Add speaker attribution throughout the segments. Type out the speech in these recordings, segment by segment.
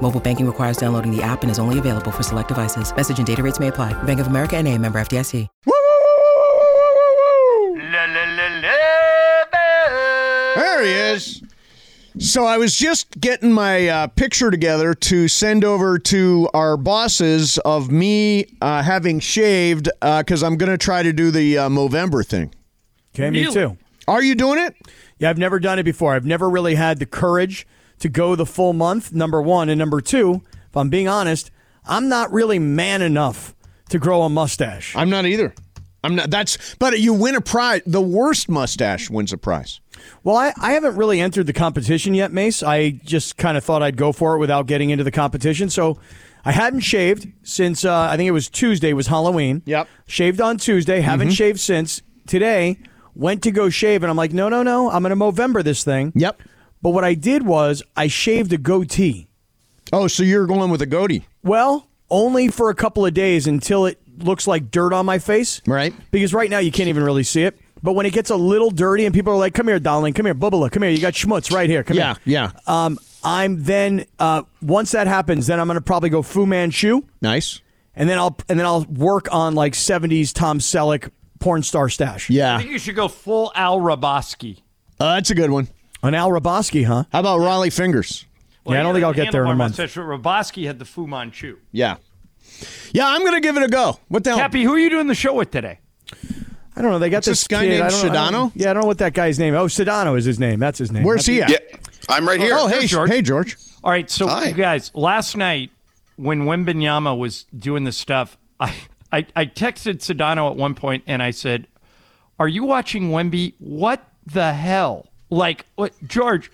Speaker 1: Mobile banking requires downloading the app and is only available for select devices. Message and data rates may apply. Bank of America and a member FDIC.
Speaker 2: La la la la.
Speaker 3: There he is. So I was just getting my uh, picture together to send over to our bosses of me uh, having shaved because I'm going to try to do the uh, Movember thing.
Speaker 4: Okay, me too.
Speaker 3: Are you doing it?
Speaker 4: Yeah, I've never done it before. I've never really had the courage to go the full month, number one. And number two, if I'm being honest, I'm not really man enough to grow a mustache.
Speaker 3: I'm not either. I'm not. That's but you win a prize. The worst mustache wins a prize.
Speaker 4: Well, I, I haven't really entered the competition yet, Mace. I just kind of thought I'd go for it without getting into the competition. So I hadn't shaved since uh, I think it was Tuesday, was Halloween.
Speaker 3: Yep. Mm-hmm.
Speaker 4: Shaved on Tuesday, haven't shaved since. Today, went to go shave, and I'm like, no, no, no, I'm going to Movember this thing.
Speaker 3: Yep.
Speaker 4: But what I did was I shaved a goatee.
Speaker 3: Oh, so you're going with a goatee?
Speaker 4: Well, only for a couple of days until it looks like dirt on my face.
Speaker 3: Right.
Speaker 4: Because right now you can't even really see it. But when it gets a little dirty and people are like, come here, darling, come here, bubbla, come here, you got schmutz right here, come
Speaker 3: Yeah,
Speaker 4: here.
Speaker 3: yeah.
Speaker 4: Um, I'm then, uh, once that happens, then I'm going to probably go Fu Manchu
Speaker 3: Nice.
Speaker 4: and then I'll, and then I'll work on like 70s Tom Selleck porn star stash.
Speaker 2: I
Speaker 3: Yeah,
Speaker 2: think you should go full Al Raboski.
Speaker 3: uh, that's a good one.
Speaker 4: An Al Raboski, huh?
Speaker 3: How about Raleigh fingers?
Speaker 4: yeah, I don't think I'll get there in a month.
Speaker 2: Raboski had the Fu Manchu.
Speaker 3: Yeah, yeah. I'm going to give it a go. What
Speaker 4: Oh.
Speaker 3: the hell?
Speaker 2: Cappy, who are you doing the show with today?
Speaker 4: I don't know. They got
Speaker 3: this
Speaker 4: this
Speaker 3: guy
Speaker 4: kid.
Speaker 3: named
Speaker 4: I don't know- I don't-
Speaker 3: Sedano?
Speaker 4: yeah, I don't know what that guy's name. Oh, Sedano is his name. That's his name.
Speaker 3: Where's he at?
Speaker 5: Yeah, I'm right here.
Speaker 3: Oh, hey,
Speaker 2: There's George.
Speaker 3: hey, George.
Speaker 2: All right, so
Speaker 5: Hi.
Speaker 2: you guys, last night when Wimbenyama was doing the stuff, I, I I texted Sedano at one point and I said, "Are you watching Wemby? What the hell? Like, what, George?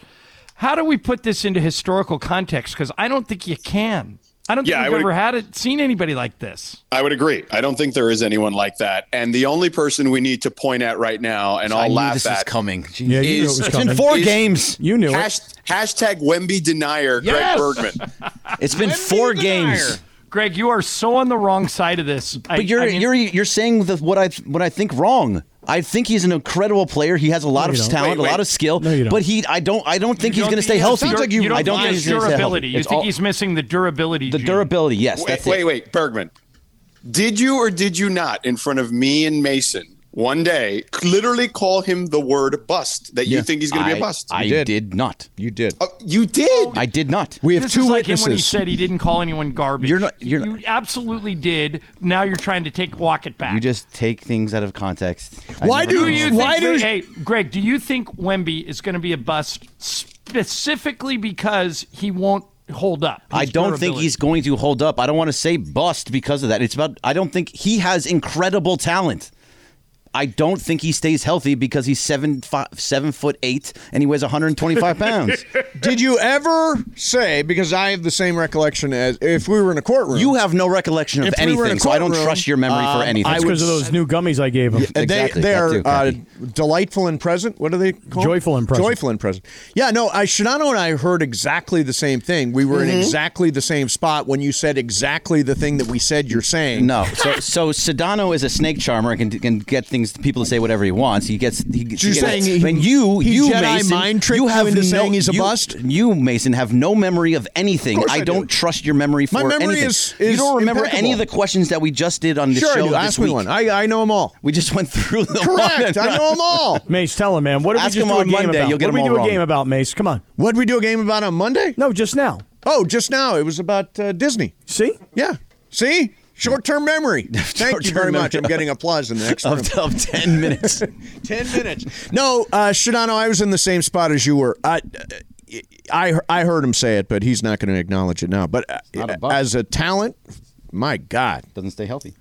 Speaker 2: How do we put this into historical context? Because I don't think you can. I don't
Speaker 5: Yeah, I
Speaker 2: think we've
Speaker 5: would-
Speaker 2: ever had it, seen anybody like this.
Speaker 5: I would agree. I don't think there is anyone like that. And the only person we need to point at right now, and I'll
Speaker 6: I knew
Speaker 5: laugh
Speaker 6: this
Speaker 5: at,
Speaker 6: was coming.
Speaker 4: Yeah, you knew it was
Speaker 6: It's
Speaker 4: coming.
Speaker 6: been four
Speaker 5: Is-
Speaker 6: games.
Speaker 4: You knew it.
Speaker 5: Hasht- hashtag Wemby denier Greg
Speaker 2: Yes!
Speaker 5: Bergman.
Speaker 6: It's been four games.
Speaker 2: Greg, you are so on the wrong side of this. I-
Speaker 6: But you're
Speaker 2: I mean-
Speaker 6: you're you're saying the, what I what I think wrong. I think he's an incredible player. He has a lot
Speaker 4: you
Speaker 6: of
Speaker 4: don't.
Speaker 6: talent,
Speaker 5: Wait, wait.
Speaker 6: a lot of skill.
Speaker 4: No, you don't.
Speaker 6: But he, I don't, I don't think he's
Speaker 2: don't
Speaker 6: going to
Speaker 2: think
Speaker 6: stay
Speaker 2: he has
Speaker 6: healthy.
Speaker 3: sounds like
Speaker 2: you don't
Speaker 6: I don't
Speaker 2: think he
Speaker 6: think
Speaker 2: has
Speaker 6: he's going to stay healthy.
Speaker 2: durability. You
Speaker 6: It's
Speaker 2: think
Speaker 6: all-
Speaker 2: he's missing the durability?
Speaker 6: the
Speaker 2: gene.
Speaker 6: durability? Yes,
Speaker 5: Wait,
Speaker 6: that's
Speaker 5: wait,
Speaker 6: it.
Speaker 5: wait, Bergman. Did you or did you not, in front of me and Mason, one day, literally call him the word bust? That you think he's going to be a
Speaker 6: I-
Speaker 5: bust?
Speaker 6: I
Speaker 3: did.
Speaker 6: did. not.
Speaker 3: You did.
Speaker 5: Oh, you did.
Speaker 6: I did not.
Speaker 3: we have
Speaker 2: This
Speaker 3: two
Speaker 2: is like him
Speaker 3: witnesses.
Speaker 2: when he said he didn't call anyone garbage.
Speaker 6: You're not- you're
Speaker 2: you
Speaker 6: not-
Speaker 2: absolutely did. Now you're trying to take walk it back.
Speaker 6: You just take things out of context. I
Speaker 3: Why
Speaker 6: never
Speaker 3: do
Speaker 2: do
Speaker 6: know.
Speaker 2: you
Speaker 3: Why
Speaker 2: think,
Speaker 3: do-
Speaker 2: Hey, Greg, do you think Wemby is going to be a bust specifically because he won't hold up?
Speaker 6: I
Speaker 2: his
Speaker 6: don't think
Speaker 2: durability?
Speaker 6: he's going to hold up. I don't want to say bust because of that. It's about I don't think he has incredible talent. I don't think he stays healthy because he's seven five, seven foot eight and he weighs 125 pounds.
Speaker 3: Did you ever say? Because I have the same recollection as if we were in a courtroom.
Speaker 6: you have no recollection of
Speaker 3: If we were in a
Speaker 6: anything, so I don't
Speaker 3: courtroom,
Speaker 6: trust your memory
Speaker 3: um,
Speaker 6: for anything.
Speaker 3: I
Speaker 4: It's because of those new gummies I gave him.
Speaker 3: Uh, They,
Speaker 6: Exactly,
Speaker 3: they
Speaker 6: that
Speaker 3: are
Speaker 6: too,
Speaker 3: uh,
Speaker 6: Cappy.
Speaker 3: delightful and present. What are they called?
Speaker 4: Joyful and present.
Speaker 3: Joyful and present. Yeah, no, I, Shinano and I heard exactly the same thing. We were
Speaker 6: Mm-hmm.
Speaker 3: in exactly the same spot when you said exactly the thing that we said you're saying.
Speaker 6: No, so so Sedano is a snake charmer and can, can get things people to say whatever he wants. He gets. He,
Speaker 3: So you're
Speaker 6: he gets-
Speaker 3: saying he-
Speaker 6: when you
Speaker 3: he
Speaker 6: you
Speaker 3: Jedi
Speaker 6: Mason,
Speaker 3: mind tricked
Speaker 6: you
Speaker 3: you
Speaker 6: have
Speaker 3: into
Speaker 6: no,
Speaker 3: saying he's a
Speaker 6: you-
Speaker 3: bust?
Speaker 6: You Mason have no memory of anything.
Speaker 3: course I do.
Speaker 6: don't trust your memory for
Speaker 3: My memory
Speaker 6: anything.
Speaker 3: is-
Speaker 6: you
Speaker 3: is
Speaker 6: don't remember any
Speaker 3: impeccable.
Speaker 6: of the questions that we just did on the
Speaker 3: sure, I
Speaker 6: show
Speaker 3: do.
Speaker 6: this
Speaker 3: Ask me
Speaker 6: week.
Speaker 3: one. I, I know them all.
Speaker 6: we just went through the
Speaker 3: Correct.
Speaker 6: One.
Speaker 3: I know them all.
Speaker 4: Mace, tell him, man. What did we
Speaker 6: Ask
Speaker 4: just
Speaker 6: him
Speaker 4: do a
Speaker 6: on
Speaker 4: game
Speaker 6: Monday,
Speaker 4: about?
Speaker 6: you'll get
Speaker 4: what did
Speaker 6: him
Speaker 4: we
Speaker 6: all
Speaker 4: do a
Speaker 6: wrong.
Speaker 4: game about, Mace? Come on.
Speaker 3: What did we do a game about on Monday?
Speaker 4: No, just now.
Speaker 3: Oh, just now. It was about uh, Disney.
Speaker 4: See?
Speaker 3: Yeah. See? Short term memory. Thank you
Speaker 6: Short-term
Speaker 3: very much. I'm
Speaker 6: memory.
Speaker 3: getting applause in the next room.
Speaker 6: Of, of ten minutes.
Speaker 3: 10 minutes. No, uh, Shadano, I was in the same spot as you were. I, I, I heard him say it, but he's not going to acknowledge it now. But uh,
Speaker 6: Not a buck.
Speaker 3: as a talent, my God.
Speaker 6: Doesn't stay healthy.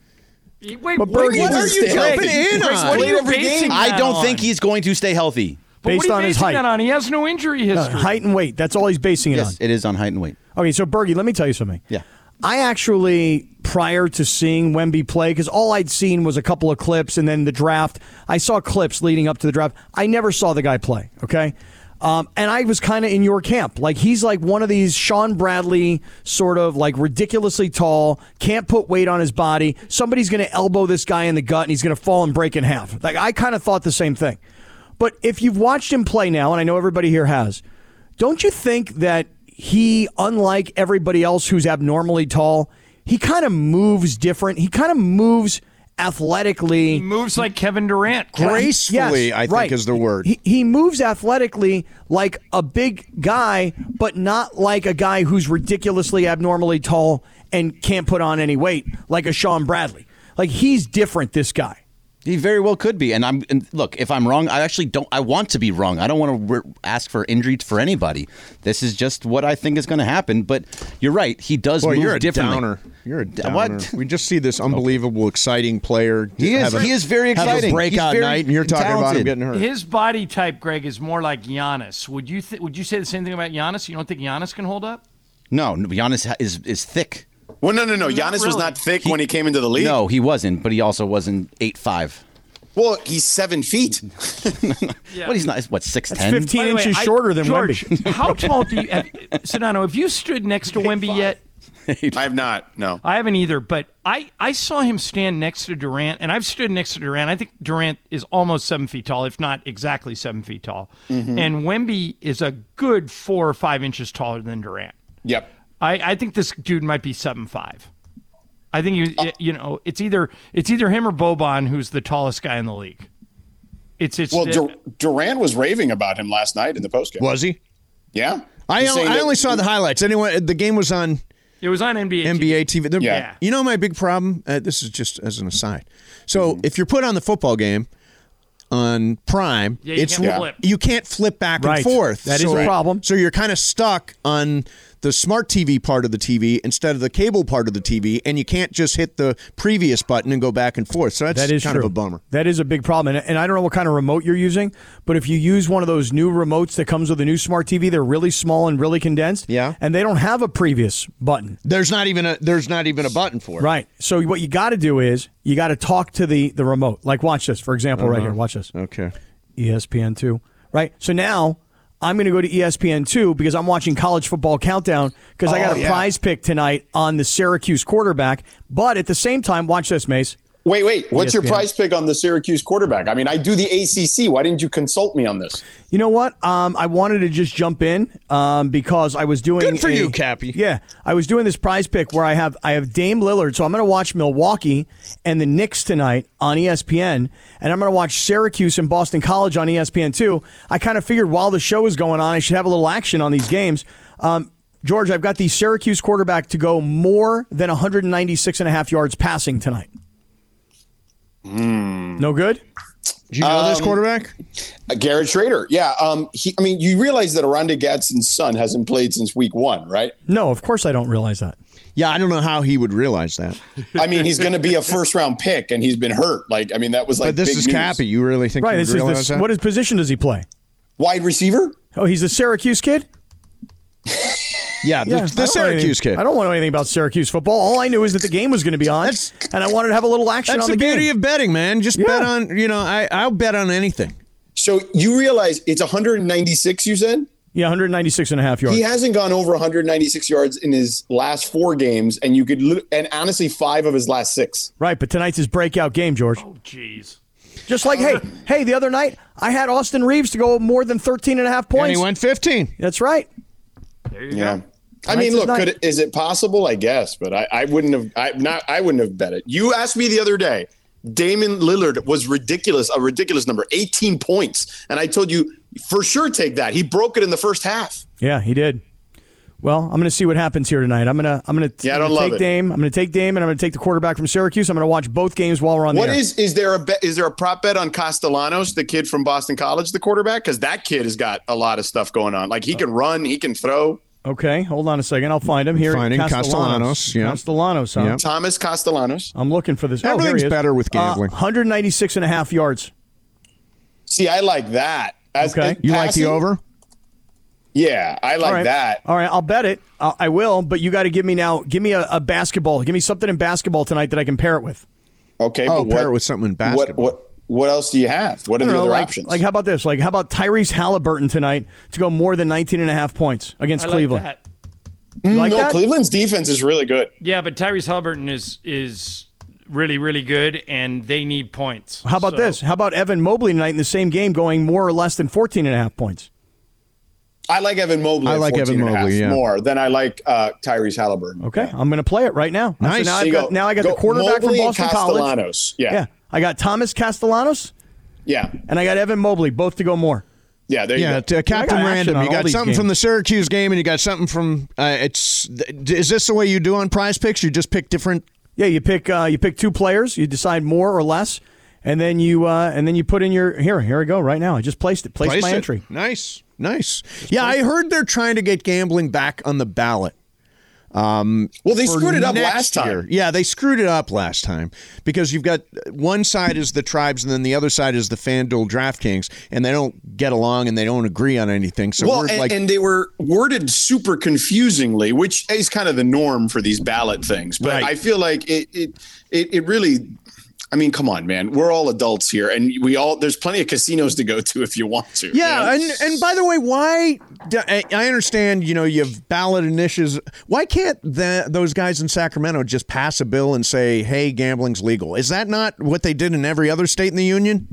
Speaker 2: Wait, what,
Speaker 4: Berg,
Speaker 2: what
Speaker 4: you
Speaker 2: are
Speaker 4: just
Speaker 2: you
Speaker 4: stay
Speaker 2: jumping
Speaker 3: healthy.
Speaker 2: in
Speaker 3: Chris,
Speaker 2: on?
Speaker 3: what
Speaker 2: What are
Speaker 3: do you
Speaker 2: you
Speaker 3: every
Speaker 2: basing
Speaker 3: game?
Speaker 2: that
Speaker 6: I don't
Speaker 2: on?
Speaker 6: think he's going to stay healthy.
Speaker 2: But
Speaker 4: Based
Speaker 2: what are
Speaker 4: on
Speaker 2: you
Speaker 4: his
Speaker 2: basing
Speaker 4: height.
Speaker 2: that on? He has no injury history.
Speaker 4: Height and weight. That's all he's basing it
Speaker 6: Yes, it is on height and weight.
Speaker 4: on. Okay, so Bergie, let me tell you something.
Speaker 6: Yeah.
Speaker 4: I actually, prior to seeing Wemby play, because all I'd seen was a couple of clips and then the draft, I saw clips leading up to the draft. I never saw the guy play, okay? Um, and I was kind of in your camp. Like, he's like one of these Sean Bradley sort of like ridiculously tall, can't put weight on his body. Somebody's going to elbow this guy in the gut and he's going to fall and break in half. Like, I kind of thought the same thing. But if you've watched him play now, and I know everybody here has, don't you think that he, unlike everybody else who's abnormally tall, he kind of moves different. He kind of moves athletically.
Speaker 2: He moves like Kevin Durant.
Speaker 3: Gracefully,
Speaker 4: Yes,
Speaker 3: I think
Speaker 4: right.
Speaker 3: is the word.
Speaker 4: He, he moves athletically like a big guy, but not like a guy who's ridiculously abnormally tall and can't put on any weight, like a Sean Bradley. Like he's different, this guy.
Speaker 6: He very well could be, and I'm and look. If I'm wrong, I actually don't. I want to be wrong. I don't want to re- ask for injury for anybody. This is just what I think is going to happen. But you're right. He does
Speaker 3: Boy,
Speaker 6: move
Speaker 3: you're a
Speaker 6: differently.
Speaker 3: downer. You're a
Speaker 6: D-
Speaker 3: downer.
Speaker 6: what?
Speaker 3: We just see this unbelievable, exciting player.
Speaker 6: He is.
Speaker 3: have a-
Speaker 6: he is very
Speaker 3: have a
Speaker 6: exciting. He's
Speaker 3: breakout
Speaker 6: very
Speaker 3: night, and you're talking about him
Speaker 6: talented.
Speaker 3: getting hurt.
Speaker 2: His body type, Greg, is more like Giannis. Would you th- would you say the same thing about Giannis? You don't think Giannis can hold up?
Speaker 6: No, no, Giannis ha- is is thick.
Speaker 5: Well, no, no, no.
Speaker 2: Not
Speaker 5: Giannis was
Speaker 2: really.
Speaker 5: not thick when he came into the league.
Speaker 6: No, he wasn't, but he also wasn't eight five.
Speaker 5: Well, he's seven feet.
Speaker 2: Yeah.
Speaker 6: But he's not. What six
Speaker 4: That's
Speaker 6: ten?
Speaker 4: 15
Speaker 2: By the way,
Speaker 4: inches
Speaker 2: I-
Speaker 4: shorter than
Speaker 2: George,
Speaker 4: Wemby.
Speaker 2: how tall do you, have, Sedano? Have you stood next to Wemby yet?
Speaker 5: I have not. No.
Speaker 2: I haven't either, but I, I saw him stand next to Durant, and I've stood next to Durant. I think Durant is almost seven feet tall, if not exactly seven feet tall. And Wemby is a good four or five inches taller than Durant.
Speaker 5: Yep.
Speaker 2: I, I think this dude might be seven five. I think you
Speaker 4: Oh.
Speaker 2: you know it's either it's either him or Boban who's the tallest guy in the league. It's it's
Speaker 5: Well,
Speaker 2: it-
Speaker 5: Dur- Durant was raving about him last night in the postgame.
Speaker 3: was he?
Speaker 5: Yeah.
Speaker 3: I,
Speaker 5: He's saying
Speaker 3: I
Speaker 5: that-
Speaker 3: only saw the highlights. Anyway, the game was on
Speaker 2: it was on NBA.
Speaker 3: NBA TV. The-
Speaker 5: Yeah.
Speaker 3: You know my big problem. Uh, this is just as an aside.
Speaker 4: Mm-hmm.
Speaker 3: So if you're put on the football game on Prime,
Speaker 2: Yeah, you
Speaker 3: it's
Speaker 2: can't
Speaker 3: r-
Speaker 2: flip.
Speaker 3: you can't flip back
Speaker 4: Right.
Speaker 3: and forth.
Speaker 4: That
Speaker 3: That
Speaker 4: is
Speaker 3: is so,
Speaker 4: a problem.
Speaker 3: So you're kind of stuck on the smart TV part of the TV instead of the cable part of the TV, and you can't just hit the previous button and go back and forth. So that's
Speaker 4: That is
Speaker 3: kind
Speaker 4: true.
Speaker 3: of a bummer.
Speaker 4: That is a big problem, and, and I don't know what kind of remote you're using, but if you use one of those new remotes that comes with a new smart TV, they're really small and really condensed.
Speaker 3: Yeah.
Speaker 4: and they don't have a previous button.
Speaker 3: There's not even a there's not even a button for it.
Speaker 4: Right. So what you got to do is you got to talk to the the remote. Like watch this, for example, right here.
Speaker 3: Uh-huh.
Speaker 4: Watch this. E
Speaker 3: Okay.
Speaker 4: ESPN two. Right. So now I'm going to go to E ESPN two because I'm watching college football countdown because
Speaker 3: Oh,
Speaker 4: I got a prize pick tonight on the Syracuse quarterback. But at the same time, watch this, Mace.
Speaker 5: Wait, wait. What's
Speaker 3: E
Speaker 5: your
Speaker 4: ESPN.
Speaker 5: price pick on the Syracuse quarterback? I mean, I do the ACC. Why didn't you consult me on this?
Speaker 4: You know what? Um, I wanted to just jump in um, because I was doing.
Speaker 3: Good for
Speaker 4: a-
Speaker 3: you, Cappy.
Speaker 4: Yeah, I was doing this prize pick where I have I have Dame Lillard, so I'm going to watch Milwaukee and the Knicks tonight on E ESPN, and I'm going to watch Syracuse and Boston College on E ESPN too. I kind of figured while the show is going on, I should have a little action on these games. Um, George, I've got the Syracuse quarterback to go more than 196 and a half yards passing tonight. No good.
Speaker 3: Do you know this
Speaker 4: Um,
Speaker 3: quarterback?
Speaker 5: Uh, Garrett Schrader. Yeah. Um, he, I mean, you realize that Aronda Gadsden's son hasn't played since week one, right?
Speaker 4: No, of course I don't realize that.
Speaker 3: Yeah, I don't know how he would realize that.
Speaker 5: I mean, he's going to be a first round pick and he's been hurt. Like, I mean, that was like
Speaker 3: But this
Speaker 5: big
Speaker 3: is
Speaker 5: news.
Speaker 3: Cappy. You really think
Speaker 4: Right.
Speaker 3: he
Speaker 4: This
Speaker 3: would
Speaker 4: is
Speaker 3: realize
Speaker 4: this.
Speaker 3: that?
Speaker 4: What his position does he play?
Speaker 5: Wide receiver?
Speaker 4: Oh, he's a Syracuse kid?
Speaker 3: Yeah,
Speaker 4: Yeah, I
Speaker 3: the,
Speaker 4: don't know
Speaker 3: the Syracuse
Speaker 4: anything-
Speaker 3: kid.
Speaker 4: I don't know anything about Syracuse football. All I knew is that the game was going to be on,
Speaker 3: That's-
Speaker 4: and I wanted to have a little action
Speaker 3: That's
Speaker 4: on
Speaker 3: the,
Speaker 4: the,
Speaker 3: beauty
Speaker 4: game.
Speaker 3: of betting, man. Just bet
Speaker 4: Yeah.
Speaker 3: on, you know, I, I'll bet on anything.
Speaker 5: So you realize it's 196, you said?
Speaker 4: yeah, 196 and a half yards.
Speaker 5: He hasn't gone over 196 yards in his last four games, and you could, lit- and honestly, five of his last six.
Speaker 4: Right, but tonight's his breakout game, George.
Speaker 2: Oh, jeez.
Speaker 4: Just like, hey, hey, the other night I had Austin Reeves to go more than 13 and a half
Speaker 3: And
Speaker 4: points.
Speaker 3: he went 15.
Speaker 4: That's right.
Speaker 5: Yeah. I mean,
Speaker 4: Tonight's
Speaker 5: look,
Speaker 4: his
Speaker 5: could
Speaker 4: night.
Speaker 5: it, is it possible? I guess, but I, I wouldn't have. I not. I wouldn't have bet it. You asked me the other day. Damon Lillard was ridiculous, a ridiculous number, 18 points. And I told you for sure take that. He broke it in the first half.
Speaker 4: Yeah, he did. Well, I'm going to see what happens here tonight. I'm going to I'm going to
Speaker 5: Yeah, I
Speaker 4: I'm
Speaker 5: don't
Speaker 4: gonna
Speaker 5: love
Speaker 4: take
Speaker 5: it.
Speaker 4: Dame. I'm going to take Dame and I'm going to take the quarterback from Syracuse. I'm going to watch both games while we're on
Speaker 5: What
Speaker 4: the air.
Speaker 5: is is there a bet is there a prop bet on Castellanos, the kid from Boston College, the quarterback? Because that kid has got a lot of stuff going on. Like he can run, he can throw.
Speaker 4: okay, hold on a second. I'll find him here.
Speaker 3: Finding Castellanos, yeah.
Speaker 4: Castellanos. Huh?
Speaker 3: Yeah.
Speaker 5: Thomas Castellanos.
Speaker 4: I'm looking for this. Oh, here he
Speaker 3: Everything's
Speaker 4: is.
Speaker 3: better with gambling.
Speaker 4: Uh, 196 and a half yards.
Speaker 5: See, I like that. As,
Speaker 4: Okay.
Speaker 5: as
Speaker 3: you like the
Speaker 5: passing-
Speaker 3: over?
Speaker 5: Yeah, I like
Speaker 4: All right.
Speaker 5: that.
Speaker 4: All right, I'll bet it. I, I will, but you got to give me now. Give me a, a basketball. Give me something in basketball tonight that I can pair it with.
Speaker 5: Okay,
Speaker 3: Oh,
Speaker 5: but
Speaker 3: pair
Speaker 5: what-
Speaker 3: it with something in
Speaker 5: What
Speaker 3: basketball.
Speaker 5: what what else do you have? What are
Speaker 4: I
Speaker 5: the
Speaker 4: don't know,
Speaker 5: other
Speaker 4: like,
Speaker 5: options?
Speaker 4: like how about this? Like how about Tyrese Halliburton tonight to go more than 19 and a half points against
Speaker 2: I
Speaker 4: Cleveland?
Speaker 2: Like that.
Speaker 4: You like
Speaker 5: no,
Speaker 4: that?
Speaker 5: Cleveland's defense is really good.
Speaker 2: Yeah, but Tyrese Halliburton is is really really good, and they need points.
Speaker 4: How about
Speaker 2: So-
Speaker 4: this? How about Evan Mobley tonight in the same game going more or less than 14 and a half points?
Speaker 5: I like Evan Mobley.
Speaker 3: I
Speaker 5: at
Speaker 3: like
Speaker 5: 14
Speaker 3: Evan
Speaker 5: and a half
Speaker 3: Mobley, yeah.
Speaker 5: more than I like uh, Tyrese Halliburton.
Speaker 4: Okay, I'm going to play it right now.
Speaker 3: Nice.
Speaker 4: So now,
Speaker 5: So you
Speaker 4: I've got,
Speaker 5: go-
Speaker 4: now I got
Speaker 5: go
Speaker 4: the quarterback
Speaker 5: Mobley
Speaker 4: from
Speaker 5: and
Speaker 4: Boston College.
Speaker 5: Castellanos. Yeah.
Speaker 4: Yeah,
Speaker 5: yeah,
Speaker 4: I got Thomas Castellanos
Speaker 5: yeah,
Speaker 4: and I got Evan Mobley both to go more.
Speaker 5: There you
Speaker 3: Yeah,
Speaker 5: go.
Speaker 3: t- uh, Captain
Speaker 4: action
Speaker 3: Random.
Speaker 4: on
Speaker 3: You
Speaker 4: all
Speaker 3: got
Speaker 4: these
Speaker 3: something from the Syracuse game, and you got something from. Uh, it's. th- Is this the way you do on Prize Picks? You just pick different.
Speaker 4: Yeah, you pick uh, you pick two players, you decide more or less, and then you uh, and then you put in your here here I go right now. I just placed it, placed
Speaker 3: Place
Speaker 4: my
Speaker 3: it.
Speaker 4: entry.
Speaker 3: Nice, nice. Yeah, I heard they're trying to get gambling back on the ballot.
Speaker 5: well, they
Speaker 3: for
Speaker 5: screwed it up
Speaker 3: next
Speaker 5: last time.
Speaker 3: year. Yeah, they screwed it up last time because you've got one side is the tribes and then the other side is the FanDuel DraftKings, and they don't get along and they don't agree on anything. So
Speaker 5: Well,
Speaker 3: we're
Speaker 5: and,
Speaker 3: like,
Speaker 5: and they were worded super confusingly, which is kind of the norm for these ballot things. But
Speaker 3: Right.
Speaker 5: I feel like it, it, it, it really. I mean, come on, man. We're all adults here, and we all there's plenty of casinos to go to if you want to.
Speaker 3: yeah,
Speaker 5: you know?
Speaker 3: and and by the way, why? do- I I understand, you know, you have ballot initiatives. Why can't the, those guys in Sacramento just pass a bill and say, "Hey, gambling's legal"? Is that not what they did in every other state in the union?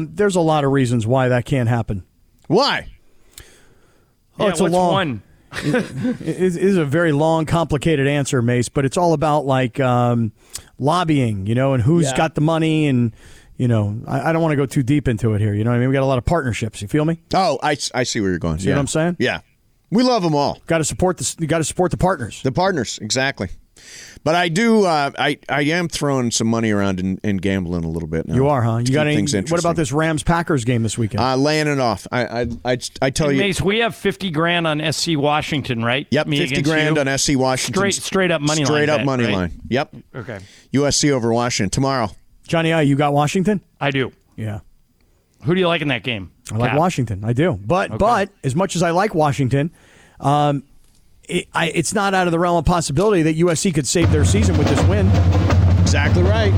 Speaker 4: There's a lot of reasons why that can't happen.
Speaker 3: Why?
Speaker 4: Oh,
Speaker 2: Yeah,
Speaker 4: it's a
Speaker 2: what's
Speaker 4: long
Speaker 2: one?
Speaker 4: It is- it is a very long, complicated answer, Mace, but it's all about like um, lobbying, you know, and who's got the money and. You know, I, I don't want to go too deep into it here. You know what I mean? We got a lot of partnerships. You feel me?
Speaker 3: Oh, I, I see where you're going. See
Speaker 4: what I'm saying?
Speaker 3: Yeah, we love them all.
Speaker 4: Got to support the you got to support the partners.
Speaker 3: The partners, exactly. But I do. Uh, I I am throwing some money around and, and gambling a little bit. Now
Speaker 4: You are, huh?
Speaker 3: Um, to
Speaker 4: You
Speaker 3: keep
Speaker 4: got any?
Speaker 3: things
Speaker 4: What about
Speaker 3: interesting.
Speaker 4: this Rams Packers game this weekend?
Speaker 3: Uh, laying it off. I I I, I tell
Speaker 4: Oh,
Speaker 2: Hey,
Speaker 3: you.
Speaker 2: Mace, we have fifty grand on SC Washington, right?
Speaker 3: Yep,
Speaker 2: Me
Speaker 3: fifty
Speaker 2: against
Speaker 3: grand
Speaker 2: you?
Speaker 3: on SC Washington.
Speaker 2: Straight- straight up money line
Speaker 3: Straight up
Speaker 2: bet,
Speaker 3: money
Speaker 2: right?
Speaker 3: line. Yep.
Speaker 2: Okay,
Speaker 3: USC over Washington tomorrow.
Speaker 4: Johnny, I, you got Washington?
Speaker 2: I do.
Speaker 4: Yeah,
Speaker 2: Who do you like in that game?
Speaker 4: I like
Speaker 2: Cap.
Speaker 4: Washington. I do, but but as much as I like Washington, um, it, I, it's not out of the realm of possibility that USC could save their season with this win.
Speaker 3: Exactly right.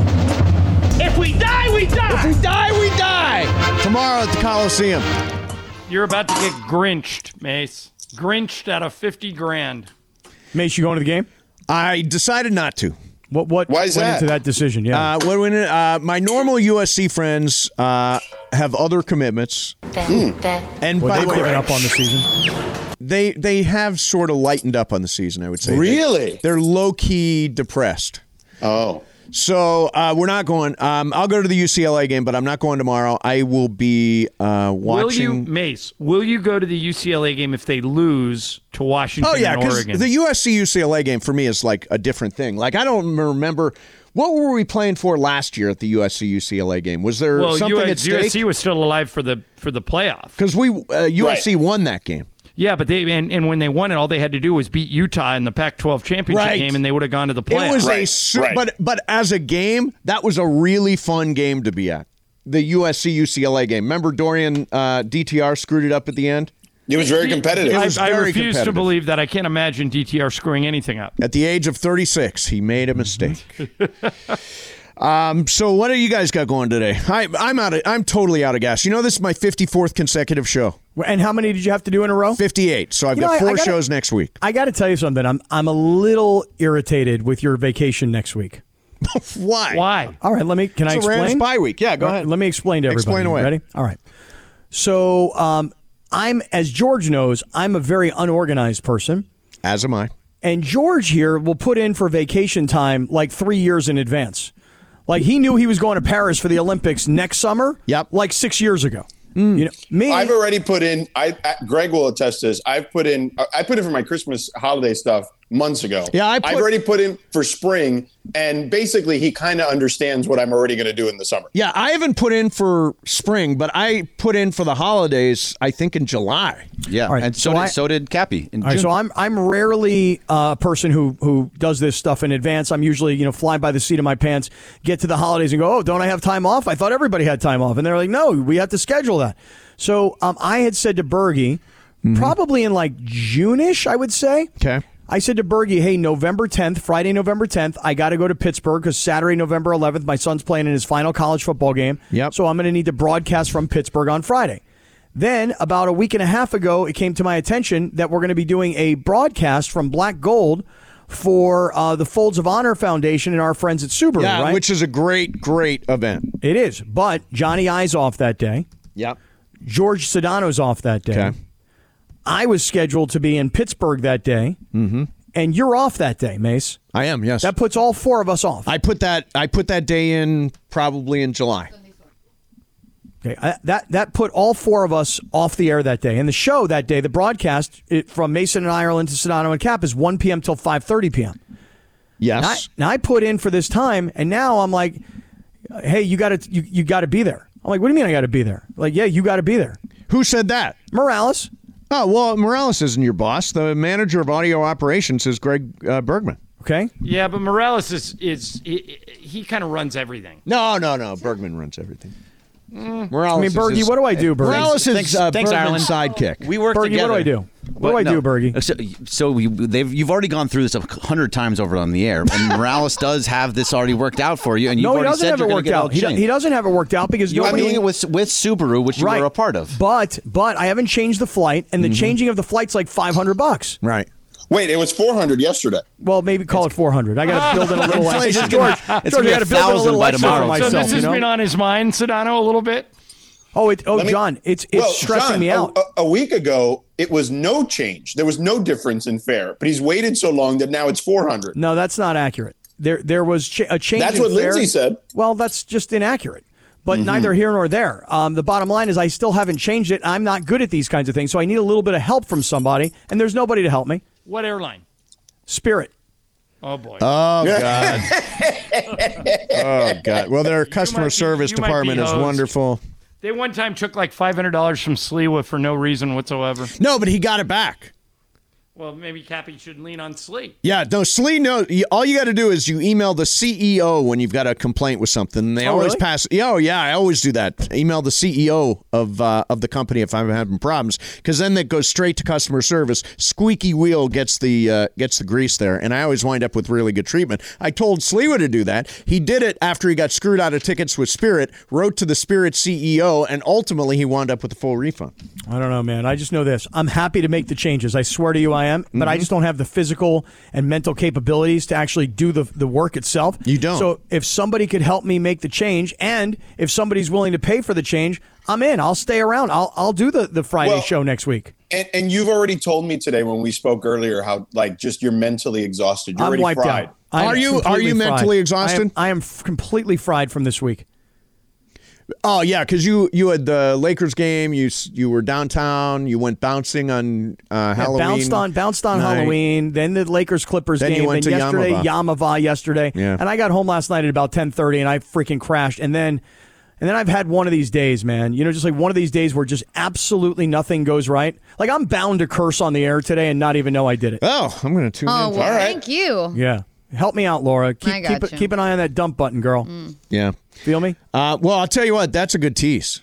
Speaker 2: If we die, we die.
Speaker 3: Die we die tomorrow at the Coliseum.
Speaker 2: You're about to get grinched, Mace. Grinched out of fifty grand.
Speaker 4: Mace, you going to the game?
Speaker 3: I decided not to.
Speaker 4: What what
Speaker 5: Why is
Speaker 4: went
Speaker 5: that?
Speaker 4: into that decision? Yeah,
Speaker 3: Uh, what when uh, my normal USC friends uh, have other commitments, and
Speaker 4: Well,
Speaker 3: by
Speaker 4: they've
Speaker 3: the way,
Speaker 4: given up on the season.
Speaker 3: they they have sort of lightened up on the season. I would say.
Speaker 5: Really?
Speaker 3: They, are low key depressed.
Speaker 5: Oh,
Speaker 3: So uh, we're not going. Um, I'll go to the UCLA game, but I'm not going tomorrow. I will be uh,
Speaker 2: Will you,
Speaker 3: watching.
Speaker 2: Mace? Will you go to the UCLA game if they lose to Washington
Speaker 3: oh yeah,
Speaker 2: and
Speaker 3: because
Speaker 2: Oregon?
Speaker 3: the USC UCLA game for me is like a different thing. Like I don't remember what were we playing for last year at the USC UCLA game. Was there
Speaker 2: well,
Speaker 3: something at
Speaker 2: US, USC
Speaker 3: stake?
Speaker 2: was still alive for the for the playoff.
Speaker 3: Because we uh, USC won that game.
Speaker 2: Yeah, but they and, and when they won it, all they had to do was beat Utah in the Pac-12 championship
Speaker 3: Right.
Speaker 2: game, and they would have gone to the playoff.
Speaker 3: It was a
Speaker 5: Right,
Speaker 3: su-
Speaker 5: right.
Speaker 3: but but as a game, that was a really fun game to be at. The USC UCLA game. Remember Dorian uh, DTR screwed it up at the end
Speaker 5: it was very competitive.
Speaker 2: I,
Speaker 3: was
Speaker 2: I
Speaker 3: very
Speaker 2: refuse to
Speaker 3: competitive.
Speaker 2: believe that. I can't imagine DTR screwing anything up.
Speaker 3: at the age of 36. He made a mistake. um, so what do you guys got going today? I, I'm out. Of, I'm totally out of gas. You know this is my 54th consecutive show.
Speaker 4: And how many did you have to do in a row?
Speaker 3: 58. So I've
Speaker 4: You know,
Speaker 3: got
Speaker 4: I- I
Speaker 3: 4
Speaker 4: gotta-
Speaker 3: shows next week.
Speaker 4: I got to tell you something. I'm I'm a little irritated with your vacation next week.
Speaker 3: Why?
Speaker 2: Why?
Speaker 4: All right, let me. Can I
Speaker 3: It's a
Speaker 4: explain?
Speaker 3: Rams bye week. Yeah, go
Speaker 4: All right,
Speaker 3: ahead.
Speaker 4: Let me explain to everybody.
Speaker 3: Explain away.
Speaker 4: Ready? All right. So, um, I'm as George knows, I'm a very unorganized person,
Speaker 3: As am I.
Speaker 4: and George here will put in for vacation time like three years in advance. Like he knew he was going to Paris for the Olympics next summer.
Speaker 3: Yep.
Speaker 4: Like six years ago. You know me.
Speaker 5: I've already put in. I, I Greg will attest to this. I've put in. I put in for my Christmas holiday stuff months ago.
Speaker 3: Yeah, I
Speaker 5: have
Speaker 3: put-
Speaker 5: already put in for spring, and basically he kind of understands what I'm already going to do in the summer.
Speaker 3: Yeah, I haven't put in for spring, but I put in for the holidays. I think in July.
Speaker 6: Yeah,
Speaker 4: All right,
Speaker 6: and so,
Speaker 4: so
Speaker 6: did,
Speaker 4: I-
Speaker 6: so did Cappy. In
Speaker 4: All right,
Speaker 6: June.
Speaker 4: so I'm I'm rarely uh, a person who who does this stuff in advance. I'm usually you know fly by the seat of my pants, get to the holidays and go. Oh, don't I have time off? I thought everybody had time off, and they're like, no, we have to schedule that. So um, I had said to Bergie probably in like June-ish, I would say.
Speaker 3: Okay.
Speaker 4: I said to Bergie, hey, November 10th, Friday, November 10th, I got to go to Pittsburgh because Saturday, November 11th, my son's playing in his final college football game.
Speaker 3: Yep.
Speaker 4: So I'm going to need to broadcast from Pittsburgh on Friday. Then, about a week and a half ago, it came to my attention that we're going to be doing a broadcast from Black Gold for uh, the Folds of Honor Foundation and our friends at Subaru,
Speaker 3: Yeah,
Speaker 4: right?
Speaker 3: which is a great, great event.
Speaker 4: it is. But Johnny I's off that day.
Speaker 3: Yep.
Speaker 4: George Sedano's off that day.
Speaker 3: Okay.
Speaker 4: I was scheduled to be in Pittsburgh that day, mm-hmm. and you're off that day, Mace.
Speaker 3: I am. Yes.
Speaker 4: That puts all four of us off.
Speaker 3: I put that. I put that day in probably in July.
Speaker 4: okay, I, that that put all four of us off the air that day. And the show that day, the broadcast it, from Mason and Ireland to Sedano and Cap is 1 p.m. till 5:30 p.m. And I,
Speaker 3: Yes.
Speaker 4: and I put in for this time, and now I'm like, hey, you got to you, you got to be there. I'm like, what do you mean I got to be there? Like, yeah, you got to be there.
Speaker 3: Who said that?
Speaker 4: Morales,
Speaker 3: Oh well, Morales isn't your boss. The manager of audio operations is Greg uh, Bergman.
Speaker 4: okay,
Speaker 2: Yeah, but Morales is is he, he kind of runs everything.
Speaker 3: No, no, no. Bergman runs everything. Morales.
Speaker 4: I mean, Bergie, what do I do, Bergie?
Speaker 3: Morales is
Speaker 6: Thanks-
Speaker 3: uh,
Speaker 6: thanks,
Speaker 3: Bergman's sidekick.
Speaker 6: We work
Speaker 4: Bergie,
Speaker 6: together.
Speaker 4: what do I do? What do I do, Bergie?
Speaker 6: So, so we, they've, you've already gone through this a hundred times over on the air, and Morales does have this already worked out for you, and you've
Speaker 4: No, he
Speaker 6: already
Speaker 4: doesn't
Speaker 6: said
Speaker 4: have it
Speaker 6: you're gonna
Speaker 4: worked
Speaker 6: get all
Speaker 4: out. He, do-
Speaker 6: changed.
Speaker 4: he doesn't have it worked out because
Speaker 6: You are
Speaker 4: nobody
Speaker 6: doing it with with Subaru, which you were a part of. Mm-hmm.
Speaker 4: But but I haven't changed the flight, and the changing of the flight's like five hundred bucks.
Speaker 3: Right.
Speaker 5: Wait, it was 400 yesterday.
Speaker 4: Well, maybe call it four hundred. I got to build in a little extra.
Speaker 6: Inflation's
Speaker 4: George,
Speaker 6: gonna- it's
Speaker 4: George, I
Speaker 6: gonna be
Speaker 4: got to build in a
Speaker 6: 1,000
Speaker 4: little
Speaker 6: by
Speaker 4: extra
Speaker 6: tomorrow.
Speaker 4: for
Speaker 6: So
Speaker 2: So
Speaker 4: myself.
Speaker 2: this has
Speaker 4: you know?
Speaker 2: been on his mind, Sedano, a little bit.
Speaker 4: oh, it, oh,
Speaker 5: Let me-
Speaker 4: John, it's it's
Speaker 5: Well,
Speaker 4: stressing
Speaker 5: John, uh,
Speaker 4: me
Speaker 5: a-
Speaker 4: out.
Speaker 5: A, a week ago, it was no change. There was no difference in fare, but he's waited so long that now it's 400.
Speaker 4: no, that's not accurate. There there was cha- a change.
Speaker 5: That's
Speaker 4: in
Speaker 5: what
Speaker 4: fare.
Speaker 5: Lindsay said. Mm-hmm.
Speaker 4: Well, that's just inaccurate. But neither here nor there. Um, the bottom line is, I still haven't changed it. I'm not good at these kinds of things, so I need a little bit of help from somebody, and there's nobody to help me.
Speaker 2: What airline?
Speaker 4: Spirit.
Speaker 2: Oh boy.
Speaker 3: Oh God. oh God. Well, their customer
Speaker 2: might be-
Speaker 3: service
Speaker 2: you might be
Speaker 3: department is
Speaker 2: hosed.
Speaker 3: wonderful.
Speaker 2: they one time took like five hundred dollars from Sliwa for no reason whatsoever.
Speaker 3: No, but he got it back.
Speaker 2: Well, maybe Cappy should lean on Slee.
Speaker 3: Yeah, no, Slee, no. you- All you got to do is you email the CEO when you've got a complaint with something. and They
Speaker 4: Oh,
Speaker 3: always
Speaker 4: really?
Speaker 3: pass. Yeah, oh, yeah, I always do that. Email the CEO of uh, of the company if I'm having problems, because then that goes straight to customer service. Squeaky wheel gets the uh, gets the grease there, and I always wind up with really good treatment. I told Sliwa to do that. He did it after he got screwed out of tickets with Spirit. Wrote to the Spirit CEO, and ultimately he wound up with a full refund.
Speaker 4: I don't know, man. I just know this. I'm happy to make the changes. I swear to you, I am.
Speaker 3: Mm-hmm.
Speaker 4: But I just don't have the physical and mental capabilities to actually do the, the work itself.
Speaker 3: You don't.
Speaker 4: So if somebody could help me make the change, and if somebody's willing to pay for the change, I'm in. I'll stay around. I'll I'll do the the Friday
Speaker 5: Well-
Speaker 4: show next week.
Speaker 5: And, and you've already told me today when we spoke earlier how like just you're mentally exhausted. You're
Speaker 4: I'm
Speaker 5: already
Speaker 4: wiped
Speaker 5: fried.
Speaker 4: out. I'm
Speaker 3: Are you- are
Speaker 4: completely
Speaker 3: you
Speaker 4: fried.
Speaker 3: mentally exhausted?
Speaker 4: I am, I am f- completely fried from this week.
Speaker 3: Oh yeah, because you you had the Lakers game. You s- you were downtown. You went bouncing on uh,
Speaker 4: Yeah,
Speaker 3: Halloween.
Speaker 4: Bounced on, bounced on
Speaker 3: night.
Speaker 4: Halloween. Then the Lakers Clippers
Speaker 3: Then you
Speaker 4: game.
Speaker 3: went
Speaker 4: then
Speaker 3: to
Speaker 4: yesterday Yamava.
Speaker 3: Yamava.
Speaker 4: yesterday.
Speaker 3: Yeah.
Speaker 4: And I got home last night at about ten thirty, and I freaking crashed. And then, and then I've had one of these days, man. You know, just like one of these days where just absolutely nothing goes right. Like I'm bound to curse on the air today and not even know I did it.
Speaker 3: Oh, I'm gonna tune
Speaker 7: Oh,
Speaker 3: in.
Speaker 7: well, thank you.
Speaker 4: Yeah. Help me out, Laura. Keep
Speaker 7: I
Speaker 4: keep,
Speaker 7: gotcha. Mm.
Speaker 4: keep an eye on that dump button, girl.
Speaker 3: Yeah.
Speaker 4: Feel me?
Speaker 3: Uh, well, I'll tell you what. That's a good tease.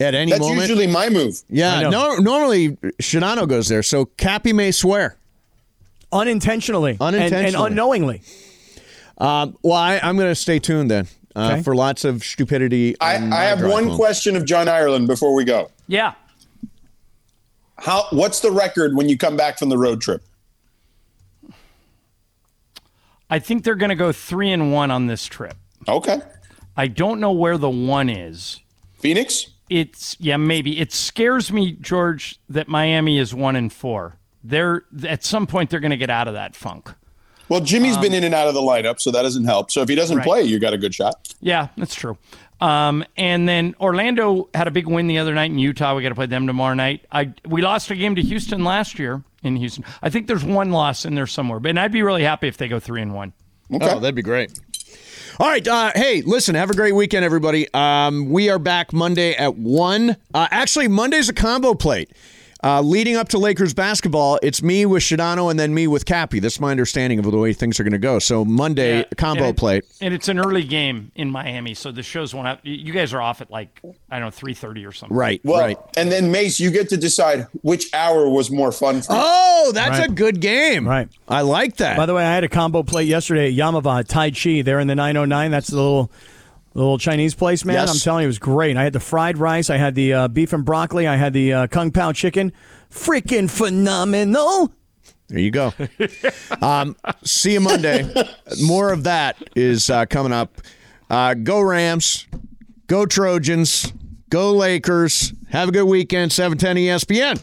Speaker 3: At any
Speaker 5: That's
Speaker 3: moment.
Speaker 5: usually my move.
Speaker 3: yeah. No, normally Shinano goes there, so Cappy may swear.
Speaker 4: Unintentionally, and- and,
Speaker 3: Unintentionally.
Speaker 4: unknowingly.
Speaker 3: Um, well, I, I'm gonna stay tuned then uh,
Speaker 4: Okay.
Speaker 3: for lots of stupidity.
Speaker 5: I,
Speaker 3: on
Speaker 5: I
Speaker 3: Mm, my
Speaker 5: have
Speaker 3: drive
Speaker 5: one
Speaker 3: home.
Speaker 5: question of John Ireland before we go.
Speaker 2: Yeah.
Speaker 5: How what's the record when you come back from the road trip?
Speaker 2: I think they're gonna go three and one on this trip.
Speaker 5: Okay.
Speaker 2: I don't know where the one is.
Speaker 5: Phoenix?
Speaker 2: It's yeah, maybe. It scares me, George, that Miami is one and four. They're at some point they're gonna get out of that funk.
Speaker 5: Well, Jimmy's
Speaker 4: Um,
Speaker 5: been in and out of the lineup, so that doesn't help. So if he doesn't play, you got a good shot.
Speaker 2: Yeah, that's true. Um, and then Orlando had a big win the other night in Utah. We got to play them tomorrow night. I we lost a game to Houston last year in Houston. I think there's one loss in there somewhere, but and I'd be really happy if they go three and one.
Speaker 5: Okay.
Speaker 3: Oh, that'd be great. All right. Uh, hey, listen, have a great weekend, everybody. Um, we are back Monday at 1. Uh, actually, Monday's a combo plate. Uh, leading up to Lakers basketball, it's me with Shadano and then me with Cappy. That's my understanding of the way things are going to go. So Monday
Speaker 2: Yeah,
Speaker 3: combo
Speaker 2: and it-
Speaker 3: plate.
Speaker 2: and it's an early game in Miami, so the show's went up. You guys are off at like I don't know three thirty or something.
Speaker 3: Right.
Speaker 5: Well,
Speaker 3: right.
Speaker 5: and then Mace, you get to decide which hour was more fun for you.
Speaker 3: Oh, that's
Speaker 4: Right.
Speaker 3: a good game.
Speaker 4: Right.
Speaker 3: I like that.
Speaker 4: By the way, I had a combo plate yesterday at Yamava Tai Chi. They're in the 909. That's the little the little Chinese place, man.
Speaker 3: Yes.
Speaker 4: I'm telling you, it was great. I had the fried rice. I had the uh, beef and broccoli. I had the uh, kung pao chicken. Freaking phenomenal.
Speaker 3: there you go. um, see you Monday. More of that is uh, coming up. Uh, go Rams. Go Trojans. Go Lakers. Have a good weekend. E 710 ESPN.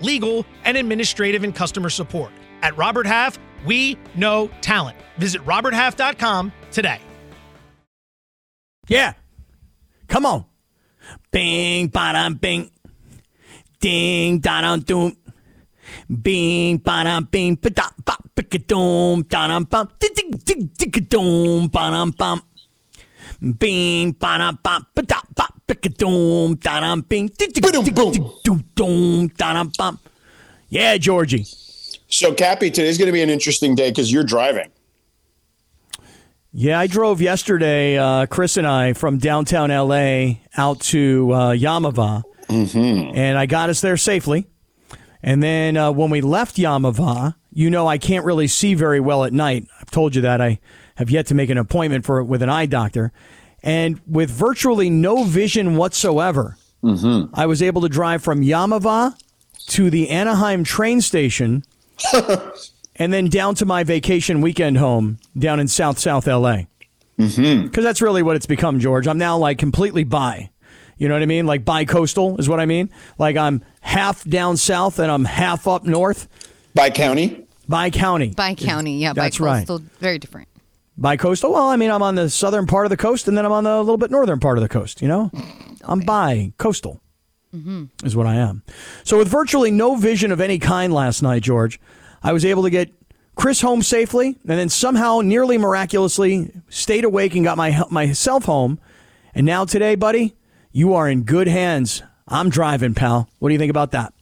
Speaker 8: legal, and administrative and customer support. At Robert Half, we know talent. Visit roberthalf.com today.
Speaker 4: Yeah. Come on. Bing, badam, bing. Ding, da doom. Bing, badam, bing, ba-da, ba, pick-a-doom, da-dum, bum. Ding, ding, ding, dick-a-doom, ba-dum, bum. Bing, badam, bum, ba-da, ba, pick-a-doom, da-dum, bing. Ding, ding, ding, ding, doo, doom, da-dum, bum. Yeah, Georgie.
Speaker 5: So, Cappy, today's going to be an interesting day because you're driving.
Speaker 4: Yeah, I drove yesterday, uh, Chris and I, from downtown LA out to uh, Yamava. And I got us there safely. And then uh, when we left Yamava, you know, I can't really see very well at night. I've told you that. I have yet to make an appointment for with an eye doctor. And with virtually no vision whatsoever, I was able to drive from Yamava to the Anaheim train station and then down to my vacation weekend home down in South South LA. Because mm-hmm. that's really what it's become, George. I'm now like completely bi. You know what I mean? Like bi coastal is what I mean. Like I'm half down south and I'm half up north
Speaker 5: By county?
Speaker 4: by county.
Speaker 9: By county, yeah.
Speaker 4: That's
Speaker 9: by
Speaker 4: right.
Speaker 9: coastal, Very different.
Speaker 4: By coastal? Well, I mean, I'm on the southern part of the coast and then I'm on the little bit northern part of the coast, you know? I'm bi coastal, is what I am. So, with virtually no vision of any kind last night, George, I was able to get Chris home safely and then somehow, nearly miraculously, stayed awake and got my, myself home. And now, today, buddy, you are in good hands. I'm driving, pal. What do you think about that?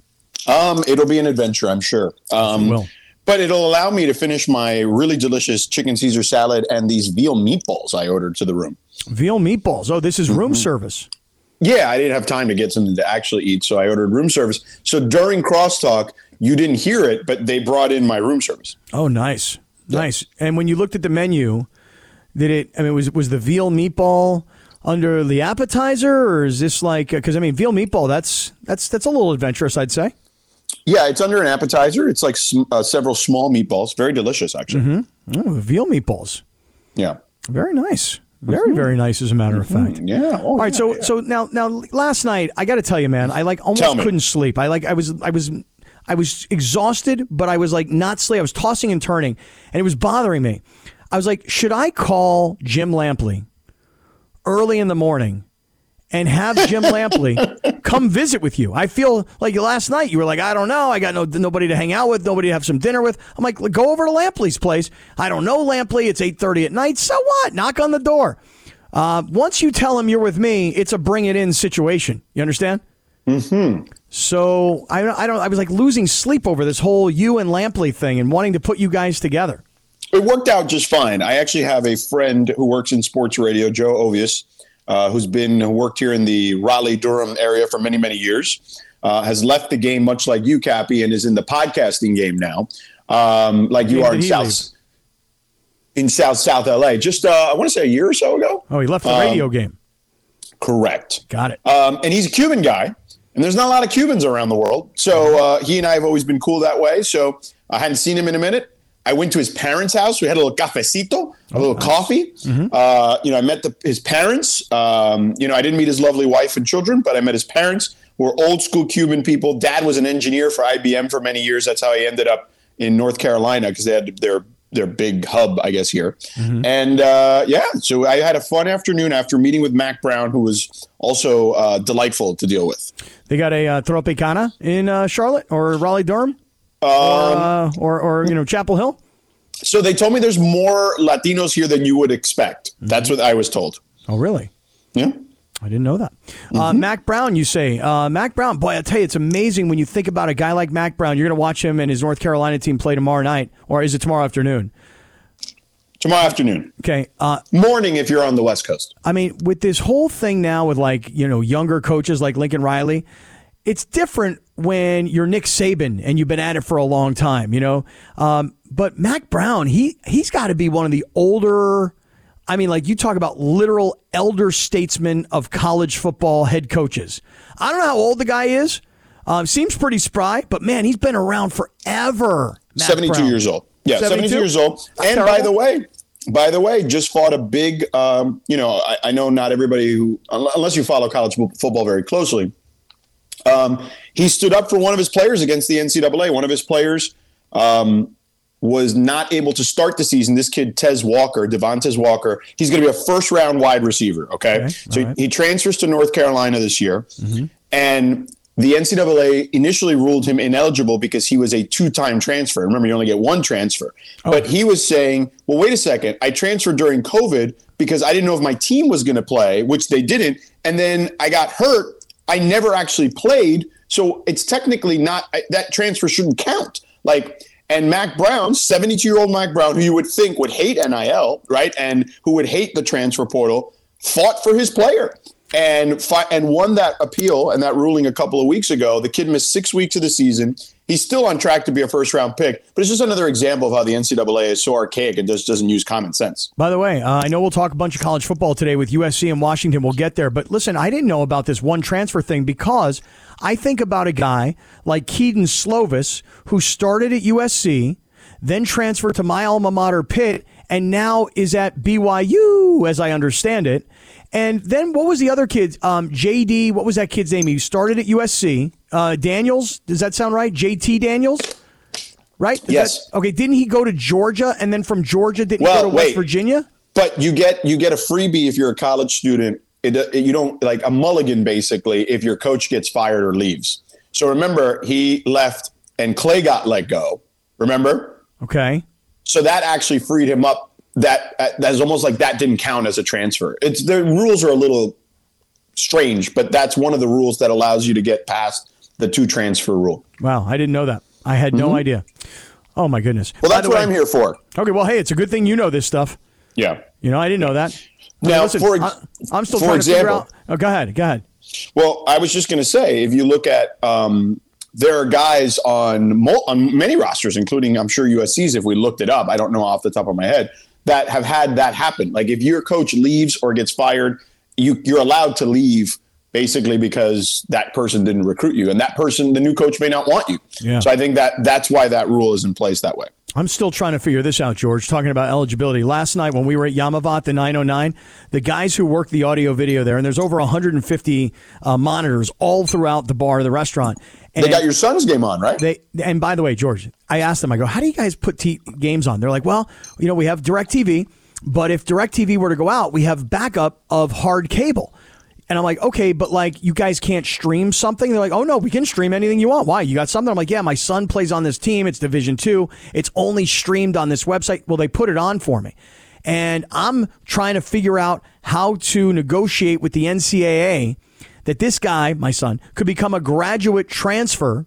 Speaker 5: Um, it'll be an adventure, I'm sure. Um,
Speaker 4: will.
Speaker 5: But it'll allow me to finish my really delicious chicken Caesar salad and these veal meatballs I ordered to the room.
Speaker 4: Veal meatballs. Oh, this is room service.
Speaker 5: Yeah, I didn't have time to get something to actually eat, so I ordered room service. So during crosstalk, you didn't hear it, but they brought in my room service.
Speaker 4: Oh, nice, nice. And when you looked at the menu, did it? I mean, was was the veal meatball under the appetizer, or is this like? Because I mean, veal meatball. That's that's that's a little adventurous, I'd say.
Speaker 5: Yeah, it's under an appetizer. It's like sm- uh, several small meatballs. Very delicious, actually.
Speaker 4: Oh, veal meatballs.
Speaker 5: Yeah.
Speaker 4: Very nice. Very very nice, as a matter of fact.
Speaker 5: Yeah.
Speaker 4: All right, so so now now last night I got to tell you, man, I like
Speaker 5: Tell
Speaker 4: almost
Speaker 5: me.
Speaker 4: couldn't sleep. I like I was I was I was exhausted, but I was like not sleep. I was tossing and turning, and it was bothering me. I was like, should I call Jim Lampley early in the morning and have Jim Lampley come visit with you? I feel like last night you were like, I don't know, I got no nobody to hang out with, nobody to have some dinner with. I'm like, go over to Lampley's place. I don't know Lampley. It's eight thirty at night. So what? Knock on the door. Uh, once you tell him you're with me, it's a bring it in situation. You understand? Mm-hmm. So I, I don't. I was like losing sleep over this whole you and Lampley thing and wanting to put you guys together.
Speaker 5: it worked out just fine. I actually have a friend who works in sports radio, Joe Ovius, uh, who's been who worked here in the Raleigh Durham area for many many years. Uh, has left the game much like you, Cappy, and is in the podcasting game now. um, like you
Speaker 4: When
Speaker 5: are
Speaker 4: did
Speaker 5: in
Speaker 4: he
Speaker 5: South
Speaker 4: leave?
Speaker 5: in South South LA. Just uh, I want to say a year or so ago.
Speaker 4: Oh, he left the radio game.
Speaker 5: Correct.
Speaker 4: Got it.
Speaker 5: Um, and he's a Cuban guy, and there's not a lot of Cubans around the world. So uh, he and I have always been cool that way. So I hadn't seen him in a minute. I went to his parents' house. We had a little cafecito, a little coffee. Uh, you know, I met the, his parents. Um, you know, I didn't meet his lovely wife and children, but I met his parents. who Were old school Cuban people. Dad was an engineer for IBM for many years. That's how he ended up in North Carolina because they had their their big hub, I guess, here. And uh, yeah, so I had a fun afternoon after meeting with Mac Brown, who was also uh, delightful to deal with.
Speaker 4: They got a uh, Tropicana in uh, Charlotte or Raleigh Durham or, uh, or or you know Chapel Hill.
Speaker 5: So they told me there's more Latinos here than you would expect. That's what I was told.
Speaker 4: Oh, really?
Speaker 5: Yeah.
Speaker 4: I didn't know that. Uh, Mac Brown, you say. Uh, Mac Brown, boy, I tell you, it's amazing when you think about a guy like Mac Brown. You're going to watch him and his North Carolina team play tomorrow night, or is it tomorrow afternoon?
Speaker 5: Tomorrow afternoon,
Speaker 4: Okay. Uh,
Speaker 5: morning if you're on the West Coast.
Speaker 4: I mean, with this whole thing now with like, you know, younger coaches like Lincoln Riley, it's different when you're Nick Saban and you've been at it for a long time, you know? Um, but Mac Brown, he, he's got to be one of the older, I mean, like you talk about literal elder statesmen of college football head coaches. I don't know how old the guy is. Um, seems pretty spry, but man, he's been around forever. Mac
Speaker 5: 72
Speaker 4: Brown.
Speaker 5: years old. Yeah, 72,
Speaker 4: 72?
Speaker 5: years old.
Speaker 4: Not
Speaker 5: and by
Speaker 4: terrible.
Speaker 5: the way, by the way, just fought a big, um, you know, I, I know not everybody who, un- unless you follow college fo- football very closely, um, he stood up for one of his players against the NCAA. One of his players um, was not able to start the season. This kid, Tez Walker, Devontae Walker, he's going to be a first round wide receiver. Okay. so he, he transfers to North Carolina this year.
Speaker 4: Mm-hmm.
Speaker 5: And the NCAA initially ruled him ineligible because he was a two time transfer. Remember, you only get one transfer. But he was saying, well, wait a second. I transferred during COVID because I didn't know if my team was going to play, which they didn't. And then I got hurt. I never actually played. So it's technically not I, that transfer shouldn't count. Like, and Mac Brown, 72 year old Mac Brown, who you would think would hate NIL, right? And who would hate the transfer portal, fought for his player and fi- and won that appeal and that ruling a couple of weeks ago. The kid missed six weeks of the season. He's still on track to be a first round pick, but it's just another example of how the NCAA is so archaic and just doesn't use common sense.
Speaker 4: By the way, uh, I know we'll talk a bunch of college football today with USC and Washington. We'll get there. But listen, I didn't know about this one transfer thing because I think about a guy like Keaton Slovis who started at USC, then transferred to my alma mater, Pitt, and now is at BYU, as I understand it. And then what was the other kid? Um, JD, what was that kid's name? He started at USC. Uh, Daniels, does that sound right? JT Daniels? Right? Is
Speaker 5: Yes.
Speaker 4: that- okay. Didn't he go to Georgia and then from Georgia didn't
Speaker 5: Well,
Speaker 4: he go to West
Speaker 5: wait.
Speaker 4: Virginia?
Speaker 5: But you get you get a freebie if you're a college student. It, it- you don't like a mulligan basically if your coach gets fired or leaves. So remember, he left and Clay got let go. Remember,
Speaker 4: Okay.
Speaker 5: so that actually freed him up. That that's almost like that didn't count as a transfer. It's the rules are a little strange, but that's one of the rules that allows you to get past the two transfer rule.
Speaker 4: Wow. I didn't know that. I had no idea. Oh, my goodness.
Speaker 5: Mm-hmm. Well, that's
Speaker 4: By the
Speaker 5: what
Speaker 4: way-
Speaker 5: I'm here for.
Speaker 4: Okay. Well, hey, it's a good thing you know this stuff.
Speaker 5: Yeah.
Speaker 4: You know, I didn't know that. I mean,
Speaker 5: Now,
Speaker 4: listen,
Speaker 5: for ex-
Speaker 4: I, am still
Speaker 5: for
Speaker 4: trying
Speaker 5: example-
Speaker 4: to figure out. Oh, go ahead. Go ahead.
Speaker 5: Well, I was just going to say, if you look at, um, there are guys on mul- on many rosters, including I'm sure USC's. If we looked it up, I don't know off the top of my head that have had that happen. Like if your coach leaves or gets fired, you you're allowed to leave basically because that person didn't recruit you, and that person, the new coach, may not want you.
Speaker 4: Yeah.
Speaker 5: So I think that that's why that rule is in place that way.
Speaker 4: I'm still trying to figure this out, George, talking about eligibility. Last night when we were at Yamavat, the 909, the guys who work the audio video there, and there's over 150 uh, monitors all throughout the bar, the restaurant. And
Speaker 5: They got your son's game on, right?
Speaker 4: They and by the way, George, I asked them. I go, "How do you guys put t- games on?" They're like, "Well, you know, we have Directv, but if Directv were to go out, we have backup of hard cable." And I'm like, "Okay, but like, you guys can't stream something?" They're like, "Oh no, we can stream anything you want. Why? You got something?" I'm like, "Yeah, my son plays on this team. It's Division Two. It's only streamed on this website. Well, they put it on for me." And I'm trying to figure out how to negotiate with the NCAA that this guy, my son, could become a graduate transfer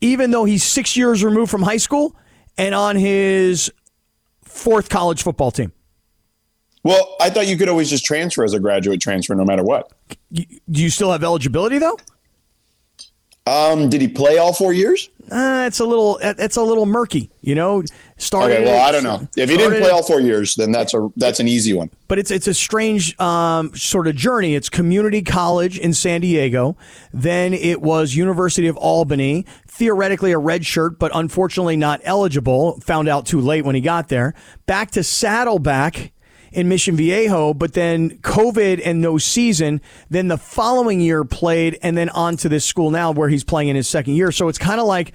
Speaker 4: even though he's six years removed from high school and on his fourth college football team.
Speaker 5: well, I thought you could always just transfer as a graduate transfer, no matter what.
Speaker 4: Y- Do you still have eligibility though?
Speaker 5: Um, did he play all four years?
Speaker 4: uh, it's a little it- it's a little murky, you know. Started
Speaker 5: Okay, well, I don't know. If he didn't
Speaker 4: started-
Speaker 5: play all four years, then that's a that's an easy one.
Speaker 4: but it's it's a strange um, sort of journey. It's community college in San Diego, then it was University of Albany, theoretically a red shirt, but unfortunately not eligible. Found out too late when he got there. Back to Saddleback in Mission Viejo, but then COVID and no season. Then the following year played, and then on to this school now where he's playing in his second year. So it's kind of like.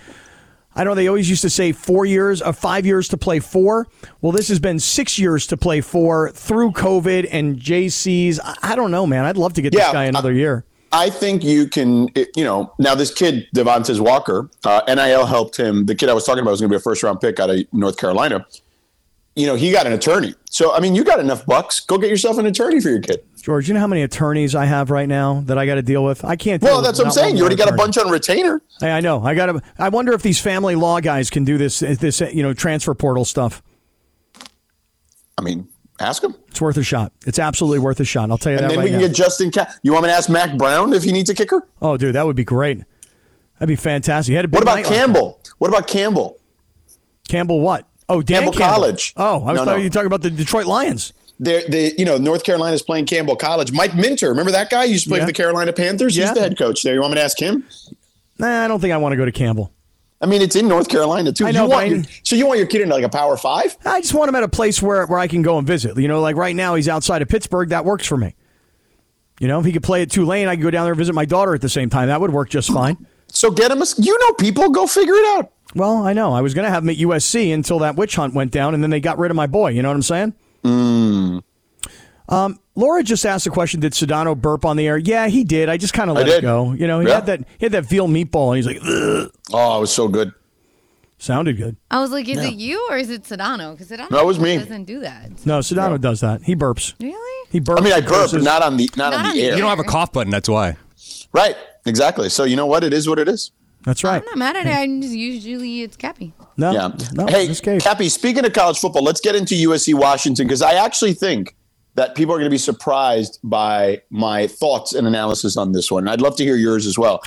Speaker 4: I know they always used to say four years or five years to play four. Well, this has been six years to play four through COVID and JC's. I, I don't know, man. I'd love to get this
Speaker 5: Yeah, Uh,
Speaker 4: guy another year.
Speaker 5: I think you can, it- you know, now this kid, Devontae Walker, uh, NIL helped him. The kid I was talking about was going to be a first round pick out of North Carolina. You know, he got an attorney. So, I mean, you got enough bucks. Go get yourself an attorney for your kid.
Speaker 4: George, you know how many attorneys I have right now that I got to deal with? I can't. deal
Speaker 5: Well,
Speaker 4: with
Speaker 5: that's what I'm
Speaker 4: not
Speaker 5: saying.
Speaker 4: one
Speaker 5: You already got a
Speaker 4: attorney.
Speaker 5: bunch on retainer.
Speaker 4: Hey, I know. I got to. I wonder if these family law guys can do this. This you know transfer portal stuff.
Speaker 5: I mean, ask him.
Speaker 4: It's worth a shot. It's absolutely worth a shot. I'll tell you
Speaker 5: And
Speaker 4: that
Speaker 5: then
Speaker 4: right
Speaker 5: we can
Speaker 4: now.
Speaker 5: get Justin. Ca- you want me to ask Mac Brown if he needs a kicker?
Speaker 4: oh, dude, that would be great. That'd be fantastic. You had a big
Speaker 5: What about
Speaker 4: night last night.
Speaker 5: Campbell? What about Campbell?
Speaker 4: Campbell what? Oh, Dan
Speaker 5: Campbell College.
Speaker 4: Oh, I was thought
Speaker 5: No, no.
Speaker 4: you were talking about the Detroit Lions.
Speaker 5: They're, they, you know, North Carolina's playing Campbell College. Mike Minter, remember that guy? He used to play
Speaker 4: Yeah.
Speaker 5: for the Carolina Panthers.
Speaker 4: Yeah.
Speaker 5: He's the head coach there. You want me to ask him?
Speaker 4: Nah, I don't think I want to go to Campbell.
Speaker 5: I mean, it's in North Carolina too.
Speaker 4: I know,
Speaker 5: you
Speaker 4: but
Speaker 5: want
Speaker 4: I-
Speaker 5: your- so you want your kid in like a Power Five?
Speaker 4: I just want him at a place where, where I can go and visit. You know, like right now he's outside of Pittsburgh. That works for me. You know, if he could play at Tulane, I could go down there and visit my daughter at the same time. That would work just fine.
Speaker 5: So get him. A, s- you know, people go figure it out.
Speaker 4: Well, I know. I was going to have him at USC until that witch hunt went down, and then they got rid of my boy. You know what I'm saying?
Speaker 5: Hmm.
Speaker 4: Um, Laura just asked a question. Did Sedano burp on the air? Yeah, he did. I just kind of let it
Speaker 5: did.
Speaker 4: go. You know, he
Speaker 5: Yeah.
Speaker 4: had that he had that veal meatball, and he's like, Ugh.
Speaker 5: Oh, it was so good.
Speaker 4: sounded good.
Speaker 9: I was like, is it you or is it Sedano? Because Sedano
Speaker 5: No, it was me.
Speaker 9: doesn't do that.
Speaker 4: No, Sedano does that. He burps.
Speaker 9: Really?
Speaker 4: He burps.
Speaker 5: I mean, I burped, but
Speaker 4: curses.
Speaker 5: not on the not, on the air.
Speaker 9: You
Speaker 10: don't have a cough button. That's why.
Speaker 5: right? Exactly. So you know what? It is what it is.
Speaker 4: That's right.
Speaker 9: I'm not mad at it. I'm just usually it's Cappy.
Speaker 4: No,
Speaker 5: Yeah.
Speaker 4: no,
Speaker 5: hey,
Speaker 4: this game.
Speaker 5: Cappy. Speaking of college football, let's get into USC Washington because I actually think that people are going to be surprised by my thoughts and analysis on this one. I'd love to hear yours as well.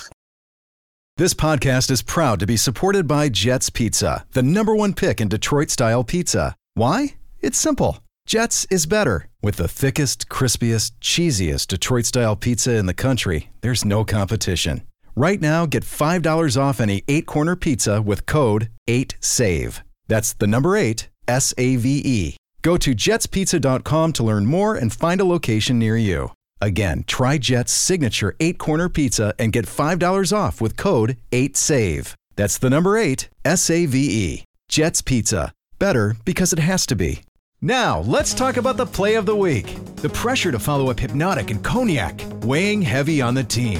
Speaker 3: This podcast is proud to be supported by Jets Pizza, the number one pick in Detroit style pizza. Why? It's simple. Jets is better. With the thickest, crispiest, cheesiest Detroit style pizza in the country, there's no competition. Right now, get $5 off any eight corner pizza with code 8SAVE. That's the number eight, S A V E. Go to jetspizza.com to learn more and find a location near you. Again, try Jet's signature eight corner pizza and get $5 off with code 8SAVE. That's the number eight, S A V E. Jet's Pizza. Better because it has to be. Now, let's talk about the play of the week. The pressure to follow up Hypnotic and Cognac, weighing heavy on the team.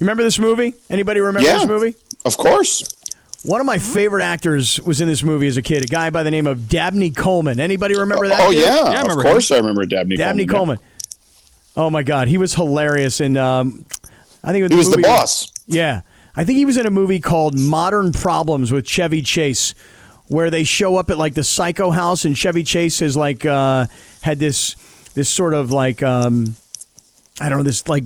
Speaker 4: Remember this movie? Anybody remember
Speaker 5: Yeah.
Speaker 4: this movie?
Speaker 5: Of course.
Speaker 4: One of my favorite actors was in this movie as a kid, a guy by the name of Dabney Coleman. Anybody remember that?
Speaker 5: Oh
Speaker 4: dude?
Speaker 5: yeah,
Speaker 10: I
Speaker 5: of
Speaker 10: remember
Speaker 5: course I remember Dabney.
Speaker 4: Dabney
Speaker 5: Coleman.
Speaker 4: Coleman. Oh my God, he was hilarious in. Um, I think it was
Speaker 5: He was the
Speaker 4: movie-
Speaker 5: boss.
Speaker 4: Yeah, I think he was in a movie called Modern Problems with Chevy Chase, where they show up at like the psycho house, and Chevy Chase is like uh, had this this sort of like um, I don't know this like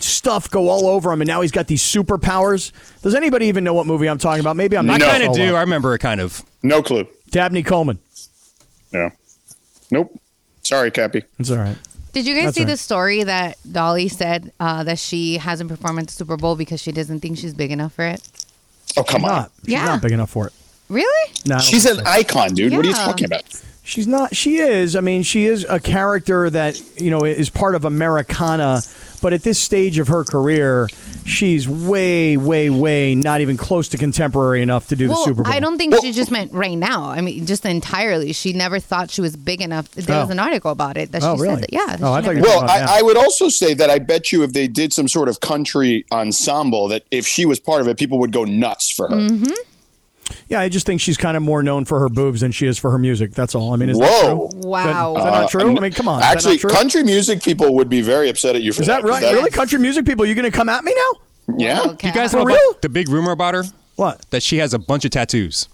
Speaker 4: stuff go all over him, and now he's got these superpowers. Does anybody even know what movie I'm talking about? Maybe I'm
Speaker 10: I
Speaker 4: not.
Speaker 10: kind of
Speaker 4: Oh,
Speaker 10: do.
Speaker 4: well.
Speaker 10: I remember it kind of.
Speaker 5: No clue.
Speaker 4: Dabney Coleman.
Speaker 5: No. Nope. Sorry, Cappy.
Speaker 4: It's all right.
Speaker 9: Did you guys
Speaker 4: That's
Speaker 9: see
Speaker 4: all right.
Speaker 9: the story that Dolly said uh, that she hasn't performed at the Super Bowl because she doesn't think she's big enough for it?
Speaker 5: Oh come on.
Speaker 4: Not. She's
Speaker 9: Yeah.
Speaker 4: not big enough for it.
Speaker 9: Really?
Speaker 4: No, I don't
Speaker 5: She's
Speaker 4: think
Speaker 5: an
Speaker 4: so.
Speaker 5: icon, dude. What are you
Speaker 9: Yeah.
Speaker 5: talking about?
Speaker 4: She's not. She is. I mean, she is a character that you know is part of Americana, but at this stage of her career, she's way, way, way not even close to contemporary enough to do
Speaker 9: well,
Speaker 4: the Super Bowl.
Speaker 9: I don't think she just meant right now. I mean, just entirely. She never thought she was big enough. There was
Speaker 5: Oh.
Speaker 9: an article about it that
Speaker 5: Oh,
Speaker 9: she
Speaker 5: really?
Speaker 9: said that. Yeah. that
Speaker 5: Oh,
Speaker 9: she
Speaker 5: I thought
Speaker 9: never-
Speaker 5: you were well, I, I would also say that I bet you if they did some sort of country ensemble, that if she was part of it, people would go nuts for her.
Speaker 4: Mm-hmm. Yeah, I just think she's kind of more known for her boobs than she is for her music. That's all. I mean, is that
Speaker 5: Whoa.
Speaker 4: true? Is that- Is that not true?
Speaker 5: Uh,
Speaker 4: I mean, come on.
Speaker 5: Actually,
Speaker 4: is that not true?
Speaker 5: country music people would be very upset at you for
Speaker 4: Is that right? Really, country music people, you going to come at me now?
Speaker 9: Oh,
Speaker 5: Yeah.
Speaker 11: You guys know about the big rumor about her?
Speaker 4: What?
Speaker 11: That she has a bunch of tattoos.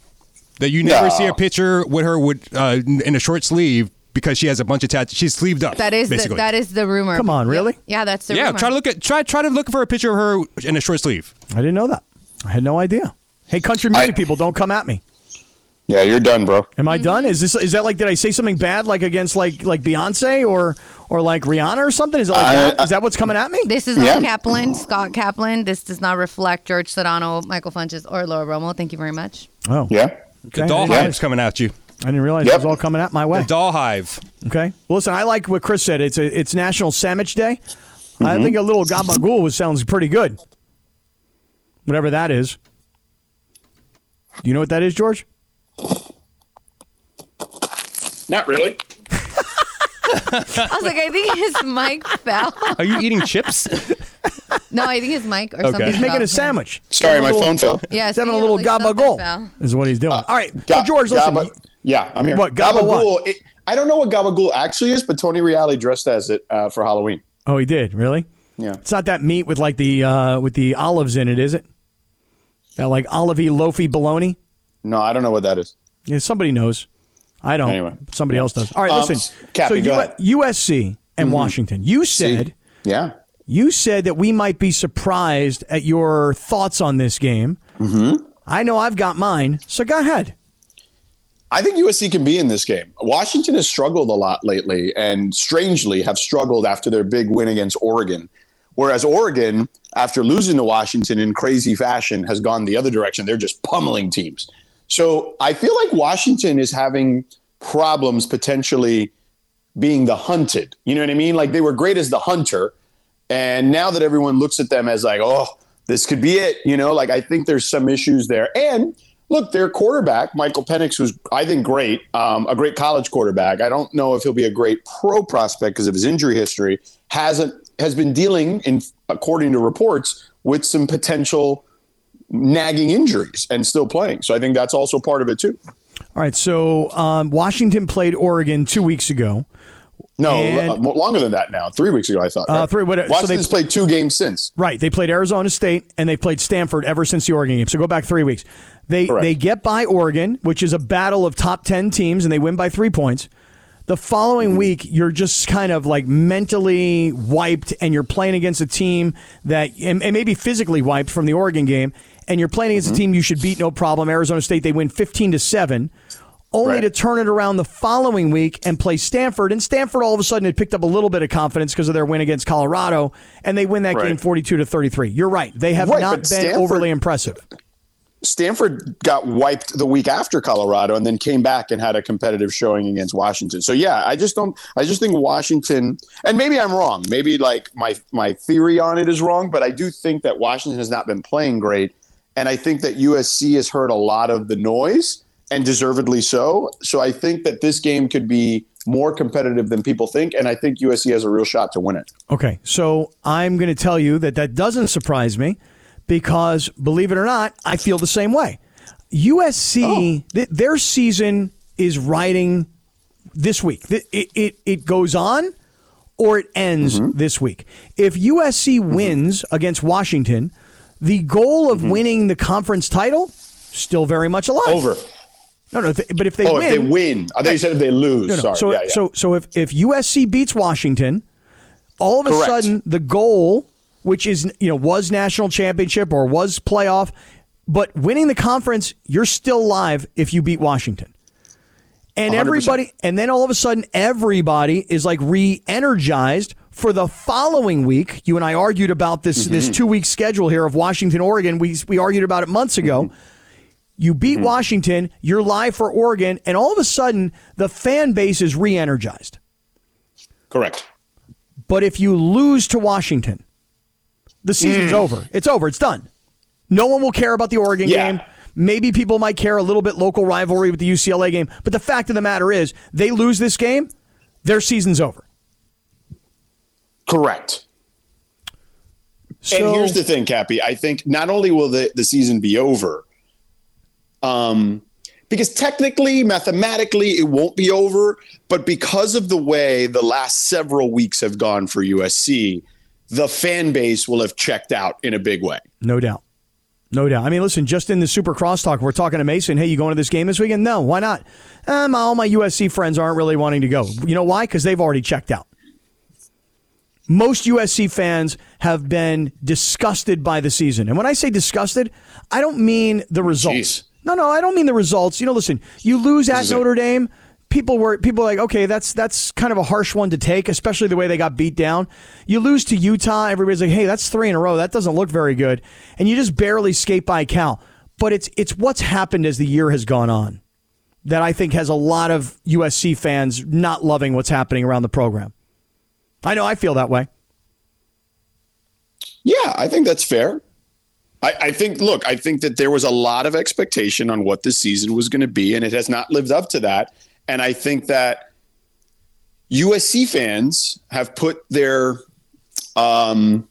Speaker 11: That you never
Speaker 5: No.
Speaker 11: see a picture with her with uh, in a short sleeve because she has a bunch of tattoos. She's sleeved up.
Speaker 9: that is the,
Speaker 11: basically.
Speaker 9: that is the rumor.
Speaker 11: Come on, really?
Speaker 9: Yeah, that's the
Speaker 11: yeah,
Speaker 9: rumor.
Speaker 11: try to look at try try to look for a picture of her in a short sleeve.
Speaker 4: I didn't know that. I had no idea. Hey, country music people, don't come at me.
Speaker 5: Yeah, you're done, bro.
Speaker 4: Am I
Speaker 9: Mm-hmm.
Speaker 4: done? Is this is that like did I say something bad like against like like Beyonce or or like Rihanna or something? Is that like
Speaker 5: I-
Speaker 11: uh,
Speaker 4: that? Is that what's coming at me?
Speaker 9: This is all Kaplan, Scott Kaplan. This does not reflect George Sedano, Michael Funches, or Laura Romo. Thank you very much.
Speaker 4: Oh.
Speaker 5: Yeah.
Speaker 11: The
Speaker 4: Okay.
Speaker 11: doll
Speaker 4: Yeah.
Speaker 11: hive's coming at you.
Speaker 4: I didn't realize it was all coming at my way.
Speaker 11: The doll hive.
Speaker 4: Okay. Well, listen, I like what Chris said. It's a, it's National Sandwich Day.
Speaker 11: Mm-hmm.
Speaker 4: I think a little gabagool was sounds pretty good. Whatever that is. Do you know what that is, George?
Speaker 5: Not really.
Speaker 9: I was like, I think his mic fell.
Speaker 11: Are you eating chips?
Speaker 9: No, I think his mic or
Speaker 4: Okay.
Speaker 9: something.
Speaker 4: He's making
Speaker 9: fell.
Speaker 4: a sandwich.
Speaker 5: Sorry,
Speaker 4: Having
Speaker 5: my
Speaker 4: a
Speaker 5: phone
Speaker 4: little-
Speaker 5: fell.
Speaker 9: Yeah,
Speaker 4: he's having a
Speaker 9: see,
Speaker 4: little
Speaker 9: at least something
Speaker 4: gabagool.
Speaker 9: fell.
Speaker 4: Is what he's doing.
Speaker 11: Uh,
Speaker 4: All right,
Speaker 5: Ga-
Speaker 4: well, George, listen.
Speaker 5: Gabba- yeah, I'm here.
Speaker 4: What, Gabba what?
Speaker 5: Gabagool, it- I don't know what Gabagool actually is, but Tony Reale dressed as it uh, for Halloween.
Speaker 4: Oh, he did. Really?
Speaker 5: Yeah.
Speaker 4: It's not that meat with like the uh with the olives in it, is it? That like olivey loafy bologna.
Speaker 5: No, I don't know what that is.
Speaker 4: Yeah, somebody knows. I don't.
Speaker 5: Anyway.
Speaker 4: Somebody else does. All right,
Speaker 5: Um,
Speaker 4: listen.
Speaker 5: Cappy,
Speaker 4: so
Speaker 5: go
Speaker 4: U-
Speaker 5: ahead. Mm-hmm.
Speaker 4: USC and Washington. You said
Speaker 5: Yeah.
Speaker 4: you said that we might be surprised at your thoughts on this game. Mm-hmm. I know I've got mine, so go ahead.
Speaker 5: I think USC can be in this game. Washington has struggled a lot lately and strangely have struggled after their big win against Oregon. Whereas Oregon, after losing to Washington in crazy fashion, has gone the other direction. They're just pummeling teams. So I feel like Washington is having problems potentially being the hunted. You know what I mean? Like they were great as the hunter. And now that everyone looks at them as like, oh, this could be it, you know, like I think there's some issues there. And look, their quarterback, Michael Penix, was, I think, great, um, a great college quarterback. I don't know if he'll be a great pro prospect because of his injury history, hasn't has been dealing, in, according to reports, with some potential nagging injuries and still playing. So I think that's also part of it too.
Speaker 4: All right, so um, Washington played Oregon two weeks ago.
Speaker 5: No,
Speaker 4: And-
Speaker 5: uh, mo- longer than that now. Three weeks ago, I thought.
Speaker 4: Uh,
Speaker 5: right?
Speaker 4: three- what- so they-
Speaker 5: Washington's played two games since.
Speaker 4: Right. They played Arizona State and they played Stanford ever since the Oregon game. So go back three weeks. They
Speaker 5: Correct.
Speaker 4: they get by Oregon, which is a battle of top ten teams, and they win by three points. The
Speaker 5: Mm-hmm.
Speaker 4: following week, you're just kind of like mentally wiped, and you're playing against a team that, and, and maybe physically wiped from the Oregon game, and you're playing
Speaker 5: Mm-hmm.
Speaker 4: against a team you should beat no problem. Arizona State, they win 15 to 7, only
Speaker 5: Right.
Speaker 4: to turn it around the following week and play Stanford. And Stanford, all of a sudden, had picked up a little bit of confidence because of their win against Colorado, and they win that
Speaker 5: Right.
Speaker 4: game 42 to 33. You're right. They have
Speaker 5: Right,
Speaker 4: not
Speaker 5: but
Speaker 4: been
Speaker 5: Stanford-
Speaker 4: overly impressive.
Speaker 5: Stanford got wiped the week after Colorado and then came back and had a competitive showing against Washington. So yeah, I just don't I just think Washington and maybe I'm wrong. Maybe like my my theory on it is wrong, but I do think that Washington has not been playing great and I think that USC has heard a lot of the noise and deservedly so. So I think that this game could be more competitive than people think and I think USC has a real shot to win it.
Speaker 4: Okay, so I'm going to tell you that that doesn't surprise me because, believe it or not, I feel the same way. USC,
Speaker 5: Oh.
Speaker 4: th- their season is riding this week. Th- It, it, it goes on or it ends
Speaker 5: Mm-hmm.
Speaker 4: this week. If USC wins against Washington, the goal
Speaker 5: Mm-hmm.
Speaker 4: of winning the conference title still very much alive.
Speaker 5: Over.
Speaker 4: No, no, th- but if they
Speaker 5: oh,
Speaker 4: win,
Speaker 5: if they win. I thought you said if they lose.
Speaker 4: no, no.
Speaker 5: Sorry.
Speaker 4: So,
Speaker 5: yeah, yeah.
Speaker 4: so, so if, if USC beats Washington, all of a
Speaker 5: Correct.
Speaker 4: sudden the goal, which is you know was national championship or was playoff, but winning the conference, you're still live if you beat Washington. And
Speaker 5: 100%.
Speaker 4: everybody, and then all of a sudden, everybody is like re-energized for the following week. You and I argued about this this two week schedule here of Washington, Oregon. We we argued about it months ago. You beat Washington, you're live for Oregon, and all of a sudden the fan base is re energized.
Speaker 5: Correct.
Speaker 4: But if you lose to Washington, The season's
Speaker 7: Mm.
Speaker 4: over. It's over. It's done. No one will care about the Oregon
Speaker 7: Yeah.
Speaker 4: game. Maybe people might care a little bit local rivalry with the UCLA game, but the fact of the matter is, they lose this game, their season's over.
Speaker 5: Correct.
Speaker 4: So-
Speaker 5: and here's the thing, Cappy. I think not only will the, the season be over, um, because technically, mathematically, it won't be over, but because of the way the last several weeks have gone for USC, the fan base will have checked out in a big way.
Speaker 4: No doubt. No doubt. I mean, listen, just in the super crosstalk, we're talking to Mason. Hey, you going to this game this weekend? No, why not? Um, all my USC friends aren't really wanting to go. You know why? Because they've already checked out. Most USC fans have been disgusted by the season. And when I say disgusted, I don't mean the results. No, no, I don't mean the results. You know, listen, you lose at Notre Dame. People were people were like, okay, that's that's kind of a harsh one to take, especially the way they got beat down. You lose to Utah, everybody's like, hey, that's three in a row. That doesn't look very good, and you just barely skate by Cal. But it's it's what's happened as the year has gone on that I think has a lot of USC fans not loving what's happening around the program. I know I feel that way.
Speaker 5: Yeah, I think that's fair. I, I think, look, I think that there was a lot of expectation on what this season was going to be, and it has not lived up to that. And I think that USC fans have put their, um,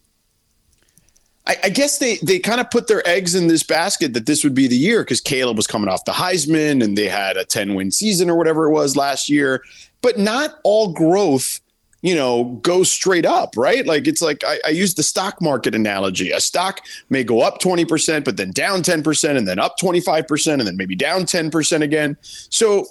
Speaker 5: I, I guess they they kind of put their eggs in this basket that this would be the year because Caleb was coming off the Heisman and they had a ten win season or whatever it was last year, but not all growth you know, go straight up, right? Like it's like I, I use the stock market analogy. A stock may go up 20%, but then down 10%, and then up 25%, and then maybe down 10% again. So,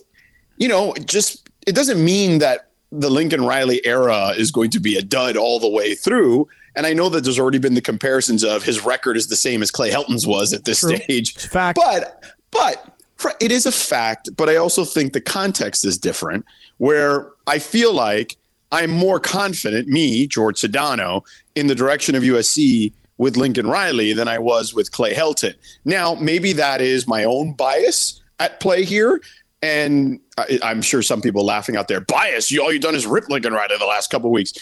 Speaker 5: you know, it just it doesn't mean that the Lincoln Riley era is going to be a dud all the way through. And I know that there's already been the comparisons of his record is the same as Clay Helton's was at this
Speaker 4: True.
Speaker 5: stage.
Speaker 4: fact.
Speaker 5: But but fr- it is a fact, but I also think the context is different where I feel like I'm more confident, me, George Sedano, in the direction of USC with Lincoln Riley than I was with Clay Helton. Now, maybe that is my own bias at play here. And I, I'm sure some people laughing out there, bias, you, all you've done is rip Lincoln Riley the last couple of weeks.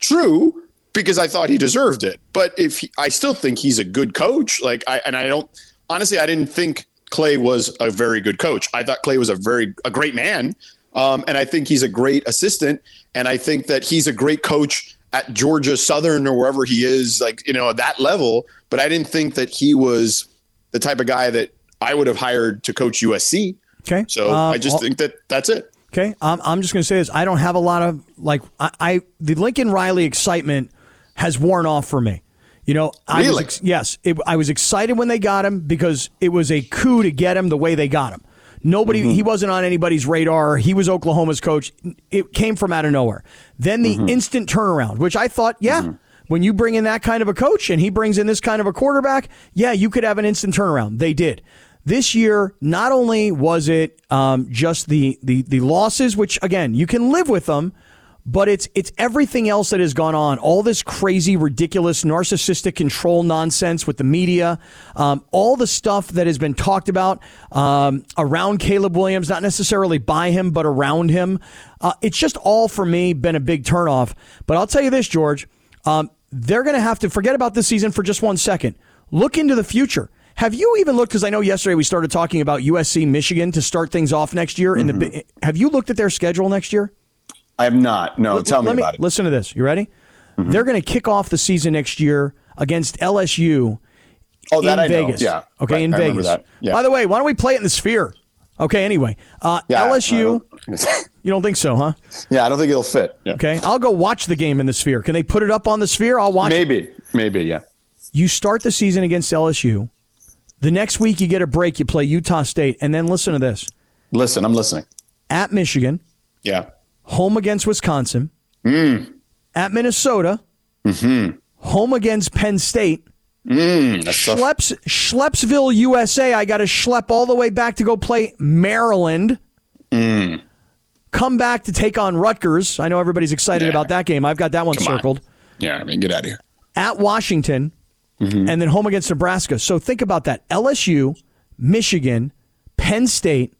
Speaker 5: True, because I thought he deserved it. But if he, I still think he's a good coach, like I and I don't honestly, I didn't think Clay was a very good coach. I thought Clay was a very a great man, um, and I think he's a great assistant, and I think that he's a great coach at Georgia Southern or wherever he is, like you know at that level. But I didn't think that he was the type of guy that I would have hired to coach USC.
Speaker 4: Okay.
Speaker 5: So
Speaker 4: Um,
Speaker 5: I just
Speaker 4: I'll-
Speaker 5: think that that's it.
Speaker 4: Okay, I'm, I'm just going to say this. I don't have a lot of like I, I the Lincoln Riley excitement has worn off for me. You know, I was
Speaker 5: Really?
Speaker 4: ex- yes, it, I was excited when they got him because it was a coup to get him the way they got him. Nobody, he wasn't on anybody's radar. He was Oklahoma's coach. It came from out of nowhere. Then the instant turnaround, which I thought, yeah, when you bring in that kind of a coach and he brings in this kind of a quarterback, yeah, you could have an instant turnaround. They did. This year, not only was it um, just the, the the losses, which again you can live with them, but it's it's everything else that has gone on. All this crazy, ridiculous, narcissistic control nonsense with the media, um, all the stuff that has been talked about um, around Caleb Williams, not necessarily by him, but around him. Uh, it's just all for me been a big turnoff. But I'll tell you this, George, um, they're going to have to forget about this season for just one second. Look into the future. Have you even looked? Because I know yesterday we started talking about USC Michigan to start things off next year. In the bi- have you looked at their schedule next year?
Speaker 5: I have not. No,
Speaker 4: Let- let Listen to this. You ready?
Speaker 5: Mm-hmm.
Speaker 4: They're going to kick off the season next year against LSU
Speaker 5: Oh,
Speaker 4: in Vegas. Okay, in Vegas. By the way, why don't we play it in the Sphere? Okay. Anyway, uh, LSU. You don't think so, huh?
Speaker 5: yeah, I don't think it'll fit. Yeah.
Speaker 4: Okay. I'll go watch the game in the Sphere. Can they put it up on the Sphere? I'll watch. it.
Speaker 5: Maybe, maybe, yeah.
Speaker 4: You start the season against LSU. The next week you get a break. You play Utah State, and then listen to this:
Speaker 5: Listen, I'm listening.
Speaker 4: at Michigan,
Speaker 5: Yeah.
Speaker 4: home against Wisconsin, at Minnesota, home against Penn State. Schleps, Schlepsville, USA. I got to schlep all the way back to go play Maryland. Come back to take on Rutgers. I know everybody's excited about that game. I've got that one circled.
Speaker 5: Yeah, I mean, get out of here.
Speaker 4: At Washington,
Speaker 5: Mm-hmm.
Speaker 4: and then home against Nebraska. So think about that: LSU, Michigan, Penn State,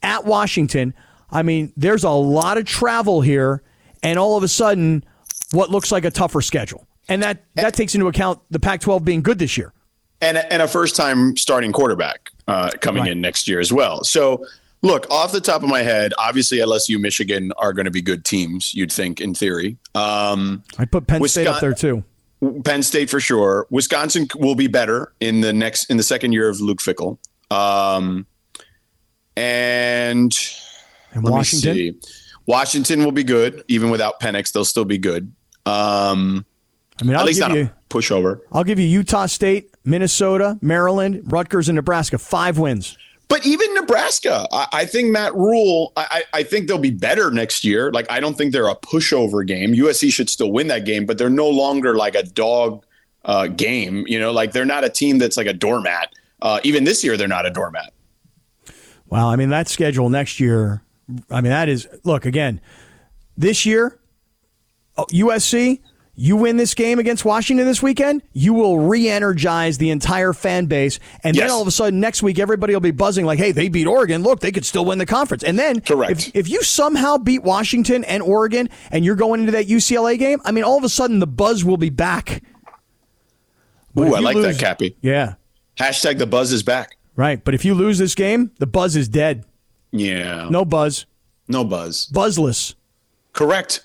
Speaker 4: at Washington. I mean, there's a lot of travel here, and all of a sudden, what looks like a tougher schedule. and that that takes into account the Pac-12 being good this year.
Speaker 5: and a, and a first time starting quarterback uh, coming in next year as well. So look, off the top of my head, obviously LSU, Michigan are going to be good teams. You'd think in theory. Um,
Speaker 4: I put Penn State up
Speaker 5: Wisconsin-
Speaker 4: there too.
Speaker 5: Penn State for sure. Wisconsin will be better in the next in the second year of Luke Fickle. Um, and
Speaker 4: And
Speaker 5: let me
Speaker 4: Washington?
Speaker 5: see. Washington will be good even without Penix. They'll still be good. Um,
Speaker 4: I mean, I'll
Speaker 5: at least
Speaker 4: give
Speaker 5: not
Speaker 4: you.
Speaker 5: a pushover.
Speaker 4: I'll give you Utah State, Minnesota, Maryland, Rutgers, and Nebraska. Five wins.
Speaker 5: But even Nebraska, I, I think Matt Rule, I, I I think they'll be better next year. Like I don't think they're a pushover game. USC should still win that game, but they're no longer like a dog uh, game. You know, like they're not a team that's like a doormat. Uh, even this year, they're not a doormat.
Speaker 4: Wow. I mean, that schedule next year, I mean, that is, look, again, this year, oh, USC, you win this game against Washington this weekend, you will re energize the entire fan base. And then
Speaker 5: Yes.
Speaker 4: all of a sudden, next week, everybody will be buzzing like, hey, they beat Oregon. Look, they could still win the conference. And then,
Speaker 5: Correct.
Speaker 4: If, if you somehow beat Washington and Oregon and you're going into that UCLA game, I mean, all of a sudden, the buzz will be back. But
Speaker 5: Ooh,
Speaker 4: if
Speaker 5: I
Speaker 4: you
Speaker 5: like
Speaker 4: lose-
Speaker 5: that, Cappy.
Speaker 4: Yeah.
Speaker 5: Hashtag the buzz is back.
Speaker 4: Right. But if you lose this game, the buzz is dead.
Speaker 5: Yeah.
Speaker 4: No buzz.
Speaker 5: no buzz.
Speaker 4: Buzzless.
Speaker 5: Correct.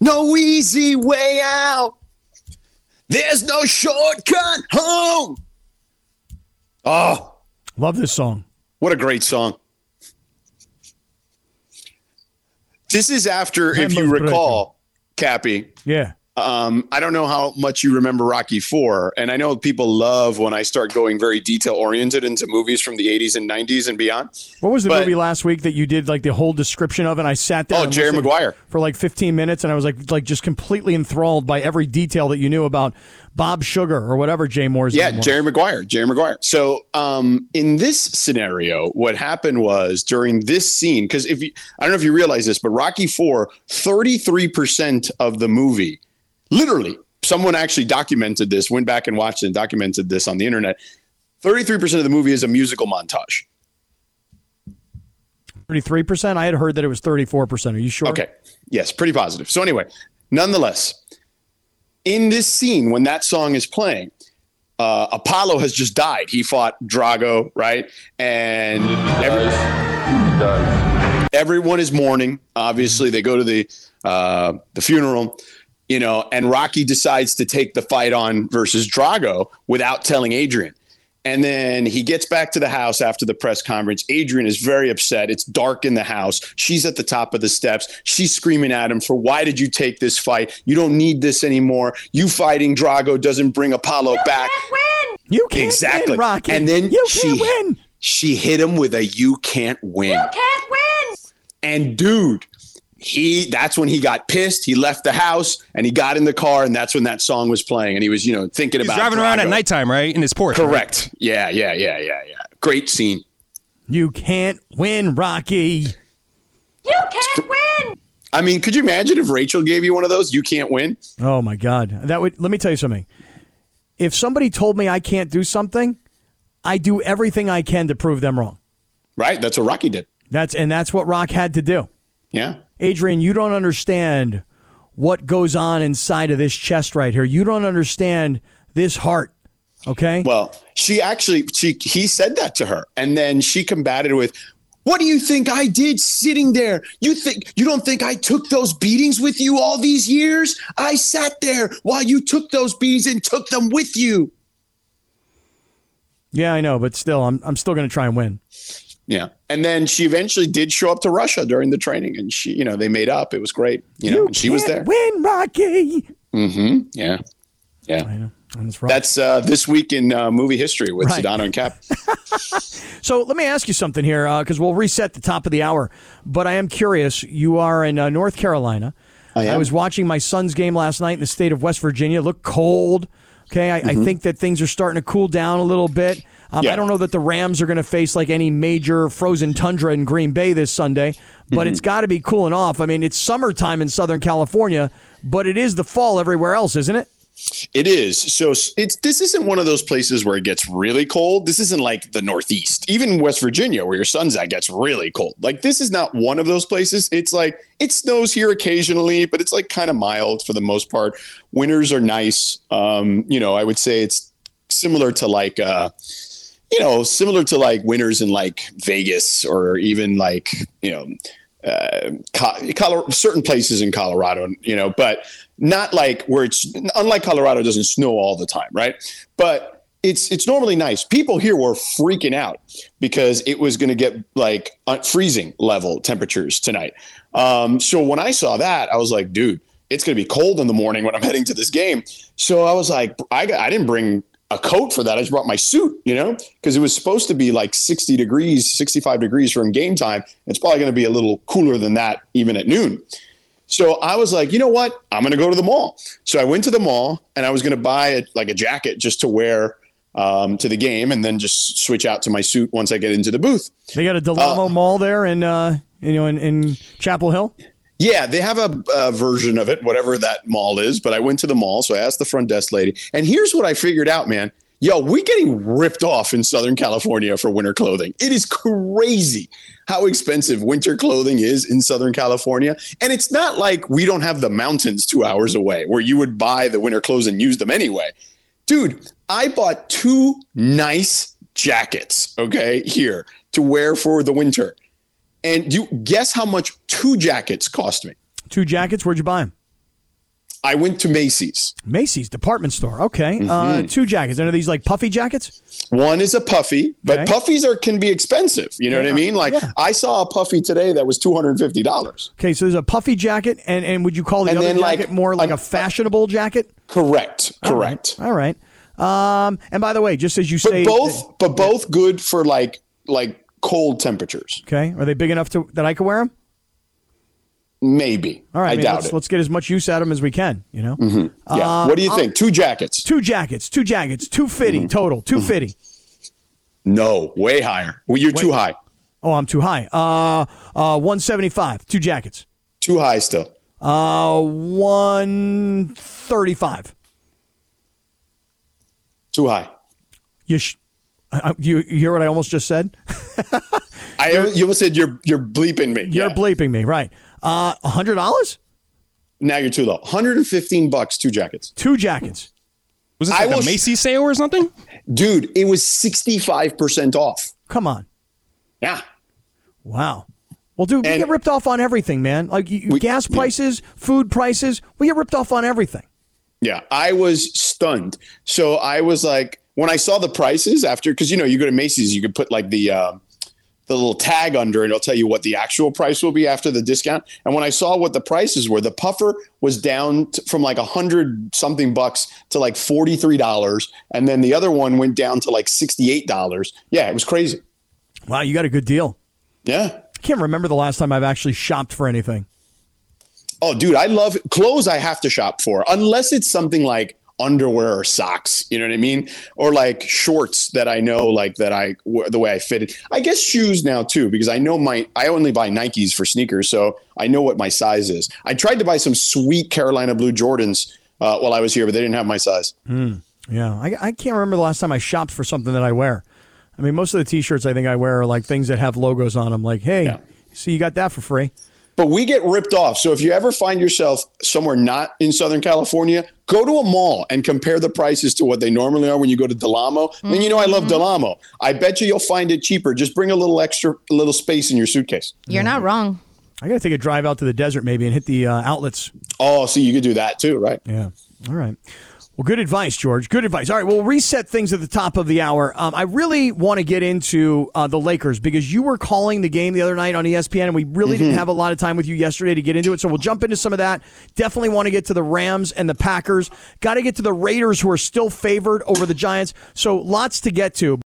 Speaker 5: No easy way out. There's no shortcut home. Oh,
Speaker 4: Love this song.
Speaker 5: what a great song. This is after, if you
Speaker 4: Hamburger.
Speaker 5: recall, Cappy,
Speaker 4: Yeah.
Speaker 5: um, I don't know how much you remember Rocky Four, and I know people love when I start going very detail oriented into movies from the '80s and '90s and beyond.
Speaker 4: What was the
Speaker 5: But-
Speaker 4: movie last week that you did like the whole description of? And I sat down.
Speaker 5: Oh,
Speaker 4: and
Speaker 5: Jerry
Speaker 4: listened
Speaker 5: Maguire.
Speaker 4: For like 15 minutes, and I was like, like just completely enthralled by every detail that you knew about Bob Sugar or whatever Jay Moore's.
Speaker 5: Yeah,
Speaker 4: name was.
Speaker 5: Jerry Maguire. Jerry Maguire. So um, in this scenario, what happened was during this scene, because if you, I don't know if you realize this, but Rocky Four, 33% of the movie, literally, someone actually documented this, went back and watched it and documented this on the internet. 33% of the movie is a musical montage.
Speaker 4: 33%. I had heard that it was 34%. Are you sure?
Speaker 5: Okay. Yes, pretty positive. So anyway, nonetheless, in this scene when that song is playing, uh, Apollo has just died. He fought Drago, right? And every, everyone is mourning. Obviously, they go to the uh, the funeral, you know, and Rocky decides to take the fight on versus Drago without telling Adrian. And then he gets back to the house after the press conference. Adrian is very upset. It's dark in the house. She's at the top of the steps. She's screaming at him for why did you take this fight? You don't need this anymore. You fighting Drago doesn't bring Apollo back.
Speaker 4: You can't
Speaker 5: Exactly.
Speaker 4: win, Rocky.
Speaker 5: And then
Speaker 4: you
Speaker 5: she-
Speaker 4: can't win.
Speaker 5: She hit him with a you can't win. You can't win. And dude, he that's when he got pissed. He left the house and he got in the car and that's when that song was playing and he was, you know, thinking
Speaker 11: He's
Speaker 5: about
Speaker 11: driving around at
Speaker 5: Drago.
Speaker 11: nighttime, right? In his Porsche. right?
Speaker 5: Correct. Yeah, yeah, yeah, yeah, yeah. Great scene.
Speaker 4: You can't win, Rocky.
Speaker 5: I mean, could you imagine if Rachel gave you one of those? You can't win.
Speaker 4: Oh my God. That would let me tell you something. If somebody told me I can't do something, I do everything I can to prove them wrong.
Speaker 5: Right? That's what Rocky did.
Speaker 4: That's and that's what Rock had to do.
Speaker 5: Yeah.
Speaker 4: Adrian, you don't understand what goes on inside of this chest right here. You don't understand this heart. Okay?
Speaker 5: Well, she actually she he said that to her. And then she combated with, What do you think I did sitting there? You think you don't think I took those beatings with you all these years? I sat there while you took those beatings and took them with you.
Speaker 4: yeah, I know, but still I'm I'm still gonna try and win.
Speaker 5: Yeah. And then she eventually did show up to Russia during the training and she, you know, they made up. It was great. You know, and she was there.
Speaker 4: Win, Rocky.
Speaker 5: Mm-hmm. Yeah. Yeah.
Speaker 4: That's
Speaker 5: Hmm? That's uh, this week in uh, movie history with Sedano and Cap.
Speaker 4: So let me ask you something here, because we'll reset the top of the hour. But I am curious. You are in uh, North Carolina.
Speaker 5: I am.
Speaker 4: was watching my son's game last night in the state of West Virginia. It looked cold. Okay, I, I
Speaker 5: Mm-hmm.
Speaker 12: Mhm.
Speaker 4: think that things are starting to cool down a little bit. Um, I
Speaker 12: Yeah.
Speaker 4: don't know that the Rams are going to face like any major frozen tundra in Green Bay this Sunday, but it's
Speaker 5: Mm-hmm.
Speaker 4: got to be cooling off. I mean, it's summertime in Southern California, but it is the fall everywhere else, isn't it?
Speaker 5: It is. So s- it's this isn't one of those places where it gets really cold. This isn't like the Northeast, even West Virginia, where your sun's at gets really cold. Like this is not one of those places. It's like it snows here occasionally, but it's like kind of mild for the most part. Winters are nice. Um, you know, I would say it's similar to like uh you know, similar to like winters in like Vegas or even like, you know, uh, Co- Colo- certain places in Colorado, you know, but not like where it's unlike Colorado it doesn't snow all the time, right? But it's it's normally nice. People here were freaking out because it was going to get like uh, freezing level temperatures tonight. Um, so when I saw that, I was like, dude, it's going to be cold in the morning when I'm heading to this game. So I was like, I got, I didn't bring a coat for that. I just brought my suit, you know, because it was supposed to be like 60 degrees, 65 degrees from game time. It's probably going to be a little cooler than that even at noon. So I was like, you know what? I'm going to go to the mall. So I went to the mall and I was going to buy a, like a jacket just to wear um, to the game and then just switch out to my suit once I get into the booth.
Speaker 4: They got a Delamo Mall there in uh, you know in, in Chapel Hill.
Speaker 5: Yeah, they have a, a version of it, whatever that mall is. But I went to the mall, so I asked the front desk lady, and here's what I figured out, man. Yo, we're getting ripped off in Southern California for winter clothing. It is crazy how expensive winter clothing is in Southern California. And it's not like we don't have the mountains two hours away where you would buy the winter clothes and use them anyway dude i bought two nice jackets okay here to wear for the winter and you guess how much two jackets cost me
Speaker 4: Two jackets. Where'd you buy them?
Speaker 5: i went to macy's
Speaker 4: Macy's department store. Okay, uh,
Speaker 5: Mhm.
Speaker 4: two jackets. And are these like puffy jackets?
Speaker 5: One is a puffy, but puffies are can be expensive you know what i mean like i saw a puffy today that was $250
Speaker 4: Okay, so there's a puffy jacket, and and would you call the
Speaker 5: And
Speaker 4: other
Speaker 5: then, like,
Speaker 4: jacket more like a fashionable jacket?
Speaker 5: correct
Speaker 4: Oh.
Speaker 5: correct
Speaker 4: All right. Um, and by the way, just as you say,
Speaker 5: but both but both good for like like cold temperatures
Speaker 4: Okay, are they big enough to that I could wear them?
Speaker 5: maybe
Speaker 4: All right,
Speaker 5: i,
Speaker 4: mean,
Speaker 5: doubt
Speaker 4: let's,
Speaker 5: it
Speaker 4: let's get as much use out of them as we can. You know.
Speaker 5: Mhm. yeah
Speaker 4: Uh,
Speaker 5: what do you
Speaker 4: I'll-
Speaker 5: think two jackets
Speaker 4: Two jackets, two jackets, two fifty
Speaker 5: Mm-hmm.
Speaker 4: total, two fifty.
Speaker 5: no way higher well, you're too high
Speaker 4: Oh, I'm too high. Uh, uh, one seventy five, two jackets.
Speaker 5: Too high still.
Speaker 4: Uh, one thirty five.
Speaker 5: Too high.
Speaker 4: You, sh- I- I- you, you hear what I almost just said?
Speaker 5: I you almost said you're you're bleeping me.
Speaker 4: You're bleeping me, right? Uh, hundred dollars?
Speaker 5: Now you're too low. 115 bucks, two jackets.
Speaker 4: Two jackets.
Speaker 5: Was
Speaker 11: this like a Macy's
Speaker 5: sale or something? Dude, it was 65% off.
Speaker 4: Come on.
Speaker 5: Yeah.
Speaker 4: Wow. Well, dude, we get ripped off on everything, man. Like you, gas prices, food prices, we get ripped off on everything.
Speaker 5: Yeah, I was stunned. So I was like, when I saw the prices after, because you know, you go to Macy's, you could put like the uh, the little tag under, and it'll tell you what the actual price will be after the discount. And when I saw what the prices were, the puffer was down t- from like a hundred something bucks to like forty three dollars, and then the other one went down to like sixty eight dollars. Yeah, it was crazy.
Speaker 4: Wow, you got a good deal.
Speaker 5: Yeah.
Speaker 4: I can't remember the last time I've actually shopped for anything.
Speaker 5: Oh, dude, I love clothes. I have to shop for unless it's something like underwear or socks. You know what I mean? Or like shorts that I know, like that I w- the way I fit it. I guess shoes now too because I know my I only buy Nikes for sneakers, so I know what my size is. I tried to buy some sweet Carolina Blue Jordans uh, while I was here, but they didn't have my size.
Speaker 4: Hmm. Yeah, I, I can't remember the last time I shopped for something that I wear. I mean, most of the T-shirts I think I wear are like things that have logos on them. Like, hey, see, you got that for free.
Speaker 5: But we get ripped off. So if you ever find yourself somewhere not in Southern California, go to a mall and compare the prices to what they normally are when you go to Delamo. I mean, you know I love Delamo. I bet you you'll find it cheaper. Just bring a little extra, a little space in your suitcase.
Speaker 9: You're not wrong.
Speaker 4: I got to take a drive out to the desert maybe and hit the uh, outlets.
Speaker 5: Oh, so you could do that too, right?
Speaker 4: Yeah. All right. Well, good advice, George. Good advice. All right. We'll reset things at the top of the hour. Um, I really want to get into uh, the Lakers because you were calling the game the other night on E ESPN, and we really didn't have a lot of time with you yesterday to get into it. So we'll jump into some of that. Definitely want to get to the Rams and the Packers. Got to get to the Raiders, who are still favored over the Giants. So lots to get to.